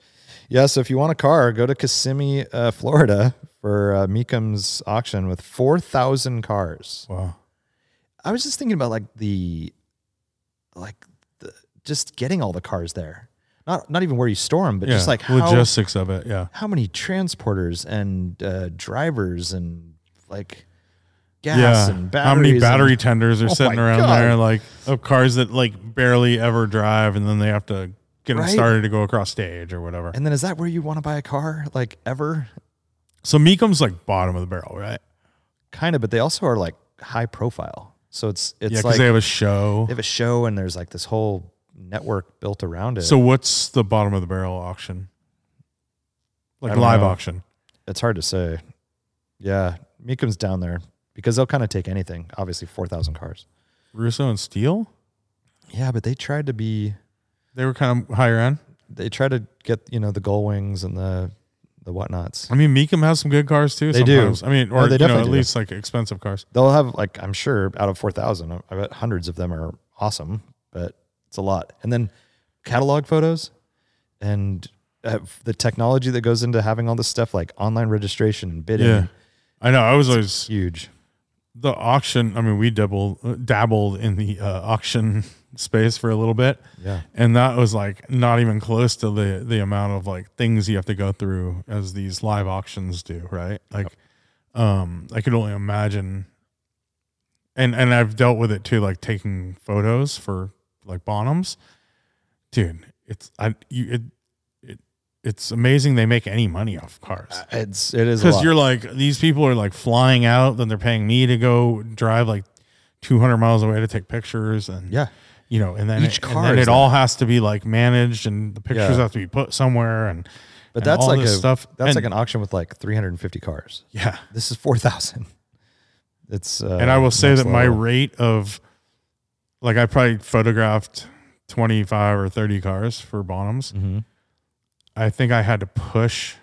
Yeah. So if you want a car, go to Kissimmee, uh, Florida, for uh, Meekum's auction with four thousand cars. Wow. I was just thinking about like the, like the, just getting all the cars there, not not even where you store them, but just Yeah. like how logistics of it. Yeah. how many transporters and uh, drivers and like gas and batteries. How many and- battery tenders are Oh sitting my around God. there, like of cars that like barely ever drive, and then they have to get them Right? started to go across stage or whatever. And then is that where you want to buy a car? Like ever? So Meekum's like bottom of the barrel, right? Kind of, but they also are like high profile. So it's it's yeah, because like they have a show. they have a show and there's like this whole network built around it. So what's the bottom of the barrel auction? Like don't live know. auction. it's hard to say. Yeah, Meekum's down there because they'll kind of take anything. Obviously, four thousand cars. Russo and Steel? Yeah, but they tried to be. They were kind of higher end. They tried to get you know the gull wings and the the whatnots. I mean, Meekum has some good cars too. They do. sometimes. I mean, or No, you they know, definitely at do. least like expensive cars. They'll have like I'm sure out of four thousand, I bet hundreds of them are awesome, but it's a lot. And then catalog photos and uh, the technology that goes into having all this stuff like online registration and bidding. Yeah. I know. I was always Huge. the auction i mean we dabbled uh, dabbled in the uh, auction space for a little bit Yeah. and that was like not even close to the the amount of like things you have to go through as these live auctions do right like um i could only imagine and and i've dealt with it too like taking photos for like bonhams dude it's i you it, it it's amazing they make any money off cars It's it is a because lot. Uh, you're like these people are like flying out, then they're paying me to go drive like 200 miles away to take pictures, and yeah. you know, and then Each it, car and then is it all has to be like managed, and the pictures Yeah. have to be put somewhere, and But And that's all like a this stuff- that's and- like an auction with like 350 cars. Yeah. This is 4,000. It's uh, and I will say next that my level. rate of like I probably photographed 25 or 30 cars for Bonhams. Mhm. I think I had to push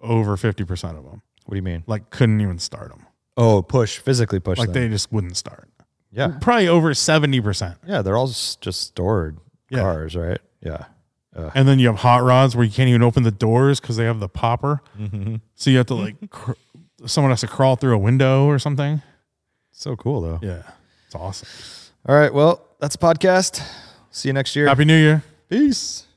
over 50% of them. What do you mean? Like couldn't even start them. Oh, push physically push like them. they just wouldn't start. yeah, Probably over 70%. yeah, they're all s- just stored Yeah. cars, right? Yeah, And then you have hot rods where you can't even open the doors cuz they have the popper. So you have to like cr- someone has to crawl through a window or something. so cool though. Yeah. It's awesome. All right, well, that's a podcast. See you next year. Happy New Year. Peace.